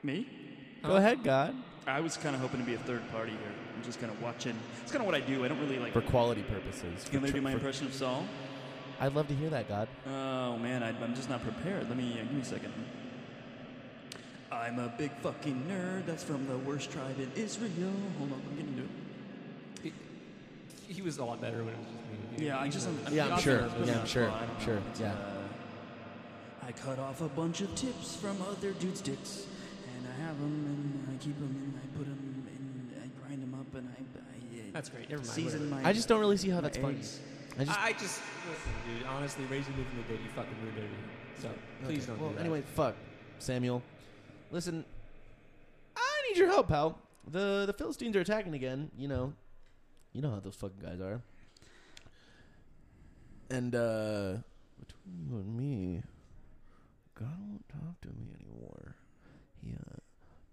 Speaker 2: Me?
Speaker 3: Go ahead, God.
Speaker 2: I was kind of hoping to be a third party here. I'm just kind of watching. It's kind of what I do. I don't really like.
Speaker 3: For quality purposes.
Speaker 2: Can I
Speaker 3: For-
Speaker 2: do my
Speaker 3: for-
Speaker 2: impression of Saul?
Speaker 3: I'd love to hear that, God.
Speaker 2: Oh man, I, I'm just not prepared. Let me uh, give me a second. I'm a big fucking nerd. That's from the worst tribe in Israel. Hold on, I'm getting to it.
Speaker 1: It, he was a lot better when it was just me. and you.
Speaker 2: Yeah, I just. I'm, I'm
Speaker 3: Yeah, I'm
Speaker 2: I'm
Speaker 3: sure.
Speaker 2: gonna-
Speaker 3: Yeah, I'm sure.
Speaker 2: I don't know.
Speaker 3: Sure.
Speaker 2: It's,
Speaker 3: Yeah.
Speaker 2: uh, I cut off a bunch of tips from other dudes' dicks, and I have them, and I keep them, and I put them, and I grind them up, and I. I uh,
Speaker 1: That's great. Never mind.
Speaker 2: Season
Speaker 1: whatever.
Speaker 2: my.
Speaker 3: I just don't really see how
Speaker 2: my
Speaker 3: that's funny.
Speaker 2: eggs.
Speaker 3: I just.
Speaker 1: I, I just listen, dude. Honestly, raising me from the dead, you fucking ruined everything. So please
Speaker 3: Okay,
Speaker 1: don't.
Speaker 3: Well,
Speaker 1: do that.
Speaker 3: anyway, fuck Samuel. Listen, I need your help, pal. The the Philistines are attacking again. You know, you know how those fucking guys are. And uh between you and me, God won't talk to me anymore. He uh,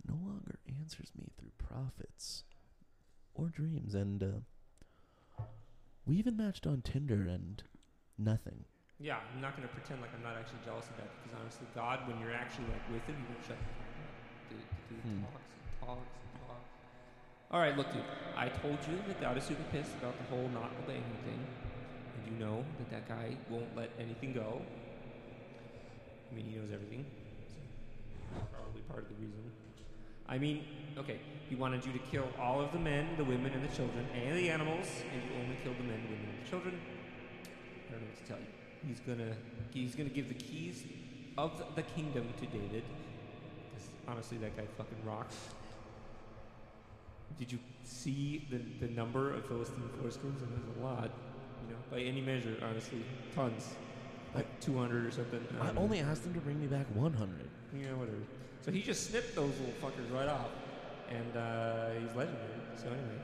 Speaker 3: no longer answers me through prophets or dreams, and uh, we even matched on Tinder, and nothing.
Speaker 1: Yeah, I'm not gonna pretend like I'm not actually jealous of that because honestly, God, when you're actually like with him, you don't shut the fuck up. Dude, dude
Speaker 3: Hmm.
Speaker 1: talks and talks and talks. All right, look, dude. I told you that I was super pissed about the whole not obeying thing, and you know that that guy won't let anything go. I mean, he knows everything. So that's probably part of the reason. I mean, okay, he wanted you to kill all of the men, the women, and the children, and the animals, and you only killed the men, women, and the children. I don't know what to tell you. He's gonna he's gonna give the keys of th- the kingdom to David. 'Cause Honestly, that guy fucking rocks. Did you see the, the number of Philistine force kings? And there's a lot, you know, by any measure, honestly, tons, like 200 or something. I
Speaker 3: I
Speaker 1: don't know.
Speaker 3: only asked him to bring me back 100.
Speaker 1: Yeah, whatever. So he just snipped those little fuckers right off, and uh, he's legendary. So anyway,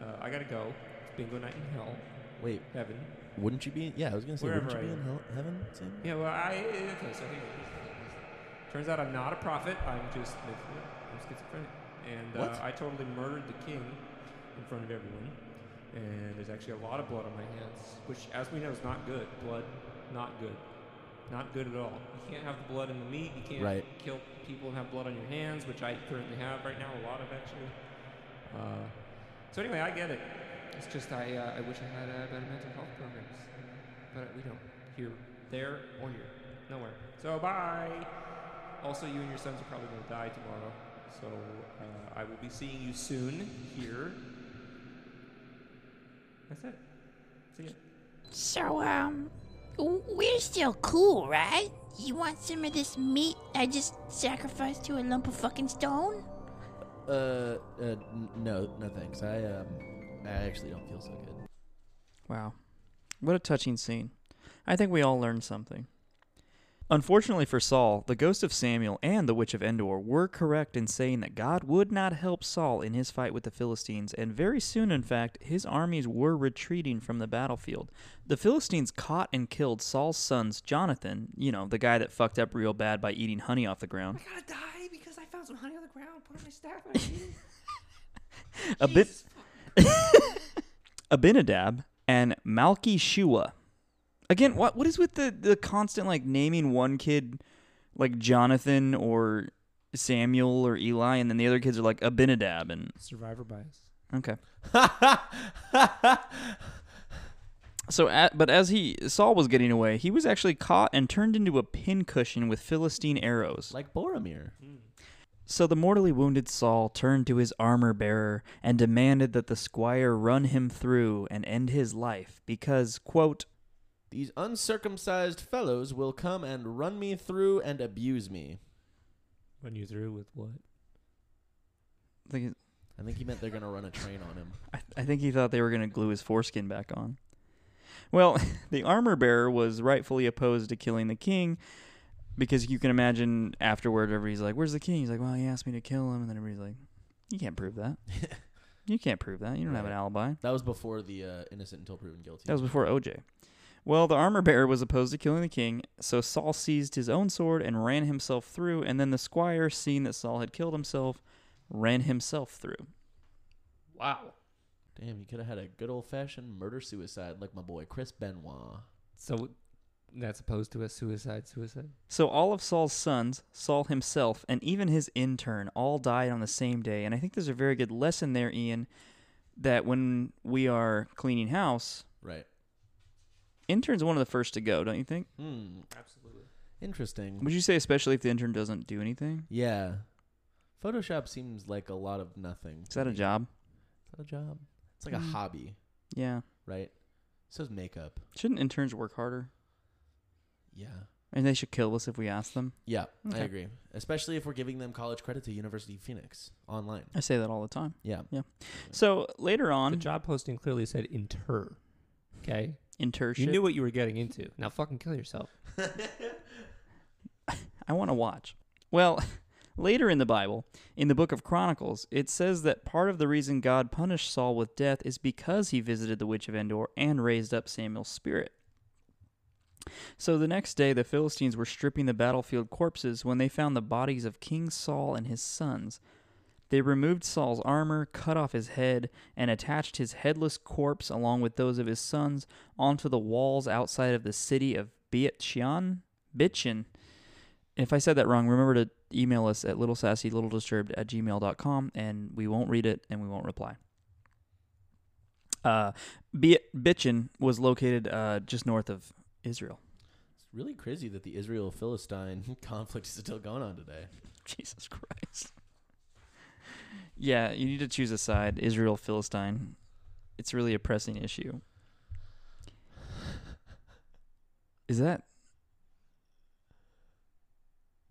Speaker 1: uh, I gotta go. It's bingo night in hell,
Speaker 3: Wait,
Speaker 1: heaven.
Speaker 3: Wouldn't you be? In, yeah, I was gonna say,
Speaker 1: Wherever
Speaker 3: wouldn't you
Speaker 1: I
Speaker 3: be in hell, heaven? Sam?
Speaker 1: Yeah, well, I okay. So here, here's the thing, here's the thing. turns out I'm not a prophet. I'm just making it. I'm schizophrenic, and uh,
Speaker 3: What?
Speaker 1: I totally murdered the king in front of everyone. And there's actually a lot of blood on my hands, which, as we know, is not good. Blood, not good, not good at all. You can't have the blood in the meat. You can't
Speaker 3: Right.
Speaker 1: kill people and have blood on your hands, which I currently have right now. A lot of actually. Uh, so anyway, I get it. It's just I, uh, I wish I had uh, better mental health programs, but we don't here, there, or here, nowhere. So bye. Also, you and your sons are probably going to die tomorrow, so uh, I will be seeing you soon here. That's it. See ya.
Speaker 4: So, um, w- we're still cool, right? You want some of this meat I just sacrificed to a lump of fucking stone?
Speaker 3: Uh, uh n- no, no thanks. I um, I actually don't feel so good.
Speaker 2: Wow. What a touching scene. I think we all learned something. Unfortunately for Saul, the ghost of Samuel and the witch of Endor were correct in saying that God would not help Saul in his fight with the Philistines, and very soon, in fact, his armies were retreating from the battlefield. The Philistines caught and killed Saul's sons, Jonathan, you know, the guy that fucked up real bad by eating honey off the ground,
Speaker 1: I gotta die because I found some honey on the ground. Put on my staff. And I ate it.
Speaker 2: a bit Abinadab and Malki Shua. Again, what what is with the the constant like naming one kid like Jonathan or Samuel or Eli, and then the other kids are like Abinadab and
Speaker 1: Survivor bias.
Speaker 2: okay. So, a but as he Saul was getting away, he was actually caught and turned into a pincushion with Philistine arrows.
Speaker 3: Like Boromir.
Speaker 2: So the mortally wounded Saul turned to his armor bearer and demanded that the squire run him through and end his life because, quote,
Speaker 3: These uncircumcised fellows will come and run me through and abuse me.
Speaker 1: Run you through with what?
Speaker 2: I think
Speaker 3: I think he meant they're gonna run a train on him.
Speaker 2: I, I think he thought they were going to glue his foreskin back on. Well, the armor bearer was rightfully opposed to killing the king because you can imagine afterward, everybody's like, Where's the king? He's like, Well, he asked me to kill him. And then everybody's like, You can't prove that. you can't prove that. You don't have an
Speaker 3: Right.
Speaker 2: alibi.
Speaker 3: That was before the uh, innocent until proven guilty.
Speaker 2: That was before OJ. Well, the armor bearer was opposed to killing the king, so Saul seized his own sword and ran himself through. And then the squire, seeing that Saul had killed himself, ran himself through.
Speaker 1: Wow.
Speaker 3: Damn, he could have had a good old fashioned murder suicide like my boy Chris Benoit.
Speaker 1: So that's opposed to a suicide. Suicide.
Speaker 2: So all of Saul's sons, Saul himself, and even his intern all died on the same day. And I think there's a very good lesson there, Ian, that when we are cleaning house,
Speaker 3: Right.
Speaker 2: intern's one of the first to go, don't you think?
Speaker 3: Hmm.
Speaker 1: Absolutely.
Speaker 3: Interesting.
Speaker 2: Would you say especially if the intern doesn't do anything?
Speaker 3: Yeah. Photoshop seems like a lot of nothing.
Speaker 2: Is that a job?
Speaker 3: It's not a job. It's like
Speaker 2: Mm.
Speaker 3: a hobby,
Speaker 2: Yeah.
Speaker 3: right? So is makeup.
Speaker 2: Shouldn't interns work harder?
Speaker 3: Yeah.
Speaker 2: And they should kill us if we ask them.
Speaker 3: Yeah,
Speaker 2: Okay.
Speaker 3: I agree. Especially if we're giving them college credit to University of Phoenix online.
Speaker 2: I say that all the time.
Speaker 3: Yeah.
Speaker 2: So later
Speaker 1: The
Speaker 2: on,
Speaker 1: job posting clearly said inter. Okay.
Speaker 2: internship.
Speaker 1: You knew what you were getting into. Now fucking kill yourself.
Speaker 2: I want to watch. Well, later in the Bible, in the book of Chronicles, it says that part of the reason God punished Saul with death is because he visited the witch of Endor and raised up Samuel's spirit. So the next day, the Philistines were stripping the battlefield corpses when they found the bodies of King Saul and his sons. They removed Saul's armor, cut off his head, and attached his headless corpse along with those of his sons onto the walls outside of the city of Beit Shean. Bitchin. If I said that wrong, remember to email us at littlesassy.littledisturb@gmail.com at gmail.com and we won't read it and we won't reply. Uh, Beit Bitchin was located uh, just north of Israel.
Speaker 3: It's really crazy that the Israel Philistine conflict is still going on today.
Speaker 2: Jesus Christ. Yeah, you need to choose a side Israel, Philistine. It's really a pressing issue. Is that.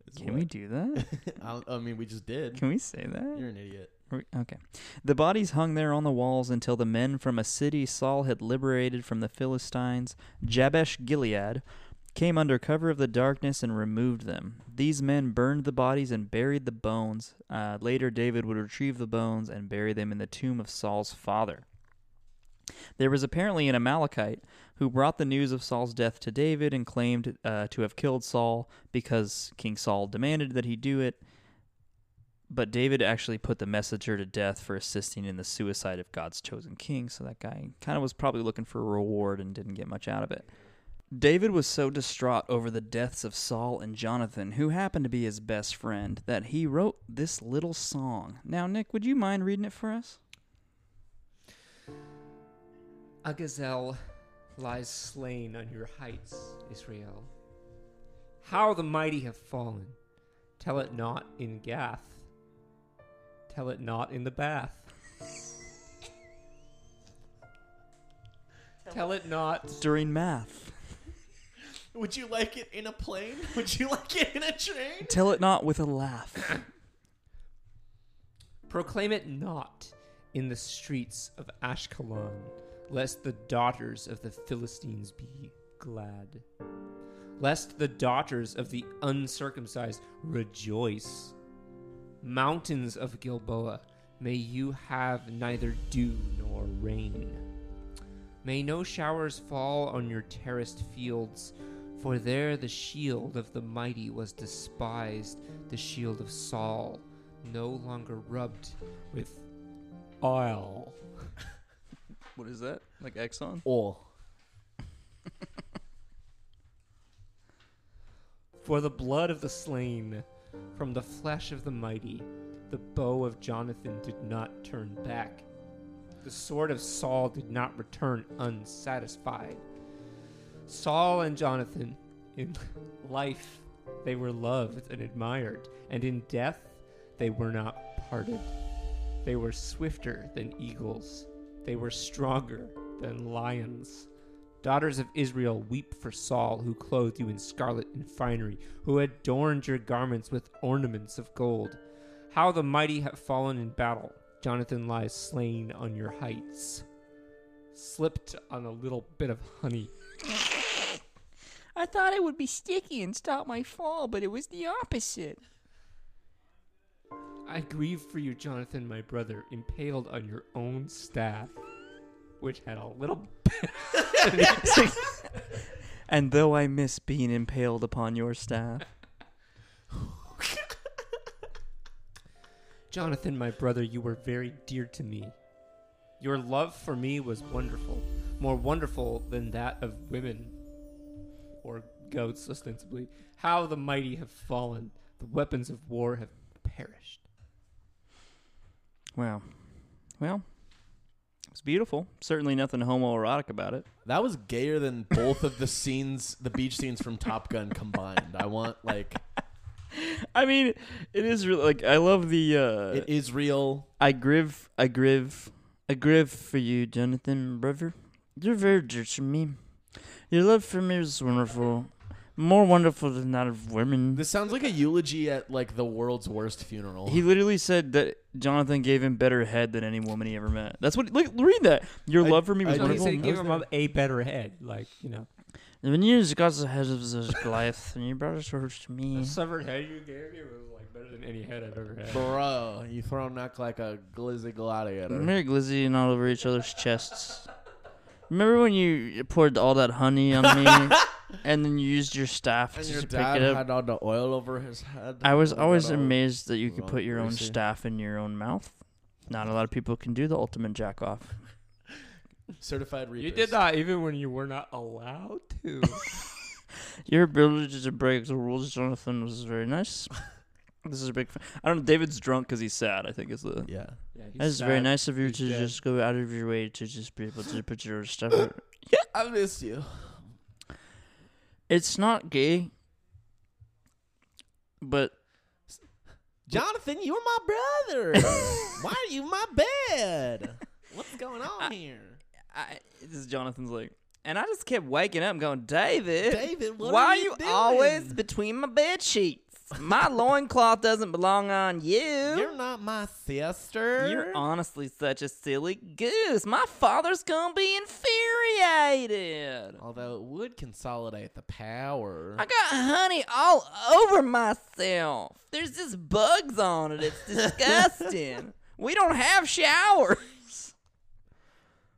Speaker 3: It's
Speaker 2: Can we do that?
Speaker 3: what- I, don't- I mean, we just did.
Speaker 2: Can we say that?
Speaker 3: You're an idiot.
Speaker 2: Are we- Okay. The bodies hung there on the walls until the men from a city Saul had liberated from the Philistines, Jabesh Gilead, came under cover of the darkness and removed them. These men burned the bodies and buried the bones. Uh, later, David would retrieve the bones and bury them in the tomb of Saul's father. There was apparently an Amalekite who brought the news of Saul's death to David and claimed uh, to have killed Saul because King Saul demanded that he do it. But David actually put the messenger to death for assisting in the suicide of God's chosen king, so that guy kind of was probably looking for a reward and didn't get much out of it. David was so distraught over the deaths of Saul and Jonathan, who happened to be his best friend, that he wrote this little song. Now, Nick, would you mind reading it for us?
Speaker 1: A gazelle lies slain on your heights, Israel. How the mighty have fallen, Tell it not in Gath. Tell it not in the bath. Tell it not.
Speaker 2: During math.
Speaker 3: Would you like it in a plane? Would you like it in a train?
Speaker 2: Tell it not with a laugh.
Speaker 1: Proclaim it not in the streets of Ashkelon, lest the daughters of the Philistines be glad. Lest the daughters of the uncircumcised rejoice. Mountains of Gilboa, may you have neither dew nor rain. May no showers fall on your terraced fields, for there the shield of the mighty was despised, the shield of Saul, no longer rubbed with oil.
Speaker 2: what is that? Like Exxon?
Speaker 3: All.
Speaker 1: For the blood of the slain, from the flesh of the mighty, the bow of Jonathan did not turn back. The sword of Saul did not return unsatisfied. Saul and Jonathan, in life, they were loved and admired, and in death, they were not parted. They were swifter than eagles, they were stronger than lions. Daughters of Israel, weep for Saul, who clothed you in scarlet and finery, who adorned your garments with ornaments of gold. How the mighty have fallen in battle. Jonathan lies slain on your heights. Slipped on a little bit of honey.
Speaker 5: I thought it would be sticky and stop my fall, but it was the opposite.
Speaker 1: I grieve for you, Jonathan, my brother, impaled on your own staff, which had a little bit of honey.
Speaker 2: And though I miss being impaled upon your staff,
Speaker 1: Jonathan, my brother, you were very dear to me. Your love for me was wonderful, more wonderful than that of women or goats, ostensibly. How the mighty have fallen, the weapons of war have perished.
Speaker 2: wow. Well, it was beautiful. Certainly nothing homoerotic about it.
Speaker 3: That was gayer than both of the scenes, the beach scenes from Top Gun combined. I want like
Speaker 2: I mean, it is really like I love the uh
Speaker 3: it is real.
Speaker 2: I grieve, I grieve, I grieve for you, Jonathan, brother. You're very dear to me. Your love for me is wonderful, more wonderful than that of women.
Speaker 3: This sounds like a eulogy at like the world's worst funeral.
Speaker 2: he literally said that Jonathan gave him better head than any woman he ever met. That's what. Look, read that. Your
Speaker 3: I-
Speaker 2: love for me
Speaker 3: I
Speaker 2: was
Speaker 3: did.
Speaker 1: No, he
Speaker 2: wonderful.
Speaker 1: said, give
Speaker 2: I was
Speaker 1: him a better head, like, you know.
Speaker 2: there. When you got the head of this Goliath, and you brought a sword to me.
Speaker 1: The severed head you gave me was, like, better than any head I've ever had.
Speaker 3: Bro, you throw him knock like a glizzy gladiator.
Speaker 2: Remember glizzying all over each other's chests. Remember when you poured all that honey on me, and then you used your staff
Speaker 3: And
Speaker 2: to
Speaker 3: your
Speaker 2: pick
Speaker 3: dad
Speaker 2: it up.
Speaker 3: had all the oil over his head.
Speaker 2: I was
Speaker 3: Look
Speaker 2: always
Speaker 3: at all-
Speaker 2: amazed that you could
Speaker 3: Well,
Speaker 2: put your own
Speaker 3: greasy.
Speaker 2: staff in your own mouth. Not a lot of people can do the ultimate jack off.
Speaker 3: Certified reapers.
Speaker 1: You did that even when you were not allowed to.
Speaker 2: Your ability to break the rules, Jonathan, was very nice. this is a big. F- I don't know. David's drunk because he's sad. I think is the.
Speaker 3: Yeah.
Speaker 1: yeah,
Speaker 2: That is very nice of you
Speaker 1: He's
Speaker 2: to
Speaker 1: dead.
Speaker 2: just go out of your way to just be able to put your stuff. in-
Speaker 3: I miss you.
Speaker 2: It's not gay, but
Speaker 3: Jonathan, you're my brother. Why are you in my bed? What's going on here?
Speaker 2: I, this is Jonathan's like, and I just kept waking up going, David,
Speaker 3: David, what
Speaker 2: why
Speaker 3: are
Speaker 2: are
Speaker 3: you
Speaker 2: you,
Speaker 3: doing?"
Speaker 2: always between my bed sheets? My loincloth doesn't belong on you.
Speaker 3: You're not my sister.
Speaker 2: You're honestly such a silly goose. My father's gonna be infuriated.
Speaker 3: Although it would consolidate the power.
Speaker 2: I got honey all over myself. There's just bugs on it. It's disgusting. we don't have showers.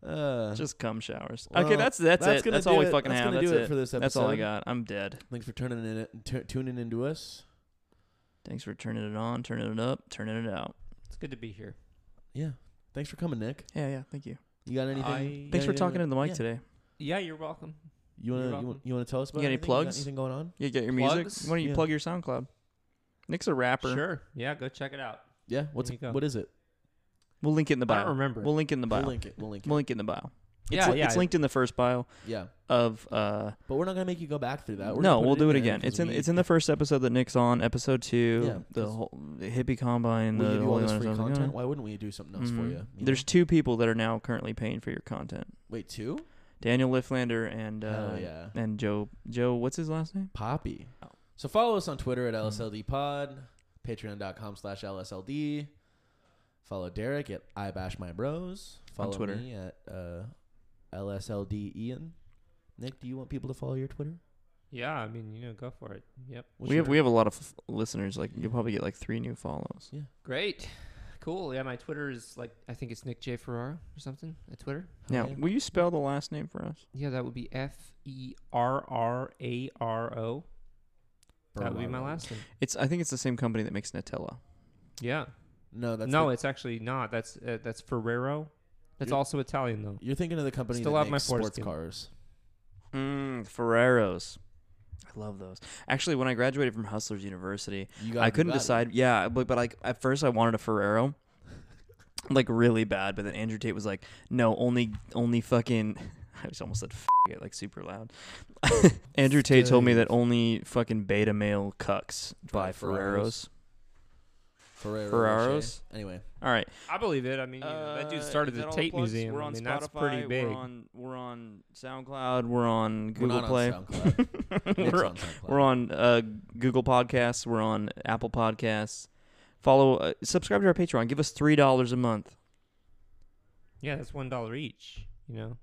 Speaker 3: Uh,
Speaker 2: Just cum showers.
Speaker 3: Well,
Speaker 2: okay, that's that's,
Speaker 3: that's
Speaker 2: it.
Speaker 3: gonna
Speaker 2: That's all
Speaker 3: do
Speaker 2: we
Speaker 3: it-
Speaker 2: fucking
Speaker 3: that's
Speaker 2: have.
Speaker 3: gonna
Speaker 2: That's
Speaker 3: do it for this
Speaker 2: That's all I
Speaker 3: episode.
Speaker 2: got. I'm dead.
Speaker 3: thanks for turning in, t- tuning into us.
Speaker 2: Thanks for turning it on, turning it up, turning it out.
Speaker 1: It's good to be here.
Speaker 3: Yeah. Thanks for coming, Nick.
Speaker 2: Yeah, yeah. Thank you.
Speaker 3: You got anything?
Speaker 1: I-
Speaker 3: you got
Speaker 2: Thanks for
Speaker 3: anything-
Speaker 2: talking to the mic
Speaker 3: yeah.
Speaker 2: today.
Speaker 1: Yeah, you're welcome.
Speaker 3: You wanna
Speaker 1: You're
Speaker 3: you,
Speaker 1: welcome.
Speaker 3: wa- you wanna tell us about
Speaker 2: You got any
Speaker 3: anything?
Speaker 2: plugs?
Speaker 3: anything going on?
Speaker 2: You get your
Speaker 1: Plugs?
Speaker 2: music. Why don't you
Speaker 3: Yeah.
Speaker 2: plug your SoundCloud? Nick's a rapper.
Speaker 1: Sure. Yeah, go check it out.
Speaker 3: Yeah. What's
Speaker 1: There you go.
Speaker 3: what is it?
Speaker 2: We'll link it in the
Speaker 1: I don't
Speaker 2: bio.
Speaker 1: remember.
Speaker 2: We'll link it in the bio.
Speaker 3: We'll link it. We'll link it.
Speaker 2: We'll link it in the bio. It's,
Speaker 1: Yeah,
Speaker 2: li-
Speaker 1: yeah.
Speaker 2: it's linked in the first bio
Speaker 3: Yeah,
Speaker 2: of uh
Speaker 3: but we're not gonna make you go back through that. We're gonna
Speaker 2: no,
Speaker 3: put
Speaker 2: we'll do it
Speaker 3: in there
Speaker 2: again.
Speaker 3: 'cause
Speaker 2: It's in
Speaker 3: we-
Speaker 2: it's in the first episode that Nick's on, episode 2,
Speaker 3: Yeah,
Speaker 2: the
Speaker 3: 'cause
Speaker 2: whole the hippie combine,
Speaker 3: We
Speaker 2: the
Speaker 3: give you all
Speaker 2: Holy
Speaker 3: this
Speaker 2: Land
Speaker 3: free
Speaker 2: of Zion.
Speaker 3: content. Why wouldn't we do something else for
Speaker 2: Mhm.
Speaker 3: you? you
Speaker 2: There's two people that are now currently paying for your content.
Speaker 3: know? wait two.
Speaker 2: Daniel Liflander and uh,
Speaker 3: oh yeah,
Speaker 2: and Joe Joe what's his last name?
Speaker 3: Poppy. Oh. So follow us on Twitter at LSLD Pod, patreon.com slash LSLD. Follow Derek at I Bash My Bros. Follow
Speaker 2: Twitter.
Speaker 3: me at uh, LSLD Ian. Nick, do you want people to follow your Twitter?
Speaker 1: Yeah, I mean, you know, go for it. Yep.
Speaker 3: What's
Speaker 2: we
Speaker 3: your-
Speaker 2: have we have a lot of f- listeners. Like you'll probably get like three new follows.
Speaker 1: Great. Cool. Yeah, my Twitter is like I think it's Nick J Ferrara or something at Twitter.
Speaker 2: Now,
Speaker 3: yeah.
Speaker 2: will you spell the last name for us?
Speaker 1: Yeah, that would be F E R R A R O. That would be my
Speaker 3: Ferraro.
Speaker 1: last name.
Speaker 2: It's I think it's the same company that makes Nutella.
Speaker 1: Yeah.
Speaker 3: No, that's
Speaker 1: no,
Speaker 3: the-
Speaker 1: it's actually not. That's uh, that's Ferrero. That's
Speaker 3: You're-
Speaker 1: also Italian though.
Speaker 3: you're thinking of the company
Speaker 1: Still
Speaker 3: that
Speaker 1: have my
Speaker 3: makes sports
Speaker 1: foreskin.
Speaker 3: cars.
Speaker 2: Mm, Ferreros. I love those. Actually, when I graduated from Hustlers University,
Speaker 3: You
Speaker 2: I
Speaker 3: gotta do
Speaker 2: couldn't
Speaker 3: that.
Speaker 2: decide. Yeah, but but like at first I wanted a Ferrero, like really bad. But then Andrew Tate was like, "No, only only fucking." I just almost said F- it like super loud. Andrew Tate told me that only fucking beta male cucks buy
Speaker 3: Buy Ferreros.
Speaker 2: Ferreros.
Speaker 3: Ferrero
Speaker 2: Ferraros?
Speaker 3: Rocher. Anyway,
Speaker 2: All right.
Speaker 1: I believe it. I mean, you know, that dude
Speaker 2: Uh,
Speaker 1: started
Speaker 2: is that
Speaker 1: the
Speaker 2: all
Speaker 1: Tate
Speaker 2: plugs?
Speaker 1: Museum.
Speaker 2: We're on
Speaker 1: I mean,
Speaker 2: Spotify,
Speaker 1: that's pretty big.
Speaker 2: We're on, we're on SoundCloud. We're on Google
Speaker 3: we're not
Speaker 2: Play.
Speaker 3: on SoundCloud. Nick's
Speaker 2: we're,
Speaker 3: on SoundCloud.
Speaker 2: we're on uh, Google Podcasts. We're on Apple Podcasts. Follow, uh, subscribe to our Patreon. Give us three dollars a month.
Speaker 1: Yeah, that's one dollar each. You know.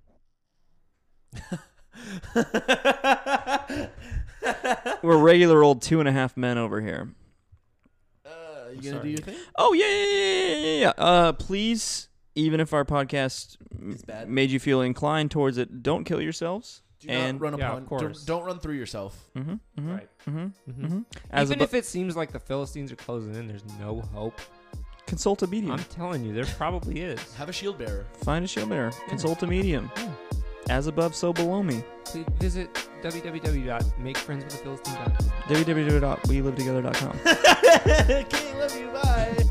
Speaker 2: We're regular old two and a half men over here.
Speaker 3: Uh,
Speaker 1: I'm
Speaker 3: you gonna do
Speaker 1: sorry.
Speaker 3: your thing?
Speaker 2: Oh yeah, yeah, yeah, yeah, yeah, yeah. Uh, please, even if our podcast
Speaker 3: It's bad.
Speaker 2: made you feel inclined towards it, don't kill yourselves.
Speaker 3: Do
Speaker 2: and
Speaker 3: not run
Speaker 1: Yeah,
Speaker 3: upon.
Speaker 1: of
Speaker 3: don't-
Speaker 1: course.
Speaker 3: Don't run through yourself.
Speaker 2: hmm hmm
Speaker 1: Right.
Speaker 2: hmm
Speaker 1: Mhm.
Speaker 2: hmm As
Speaker 1: Even
Speaker 2: abo-
Speaker 1: if it seems like the Philistines are closing in, there's no hope.
Speaker 2: consult a medium.
Speaker 1: I'm telling you, there probably is.
Speaker 3: Have a shield bearer.
Speaker 2: Find a show bearer. Consult a medium.
Speaker 1: Yeah.
Speaker 2: As above, so below me.
Speaker 1: Please visit www.makefriendswiththephilistine.com.
Speaker 2: www.welivetogether.com.
Speaker 3: okay, love you. Bye.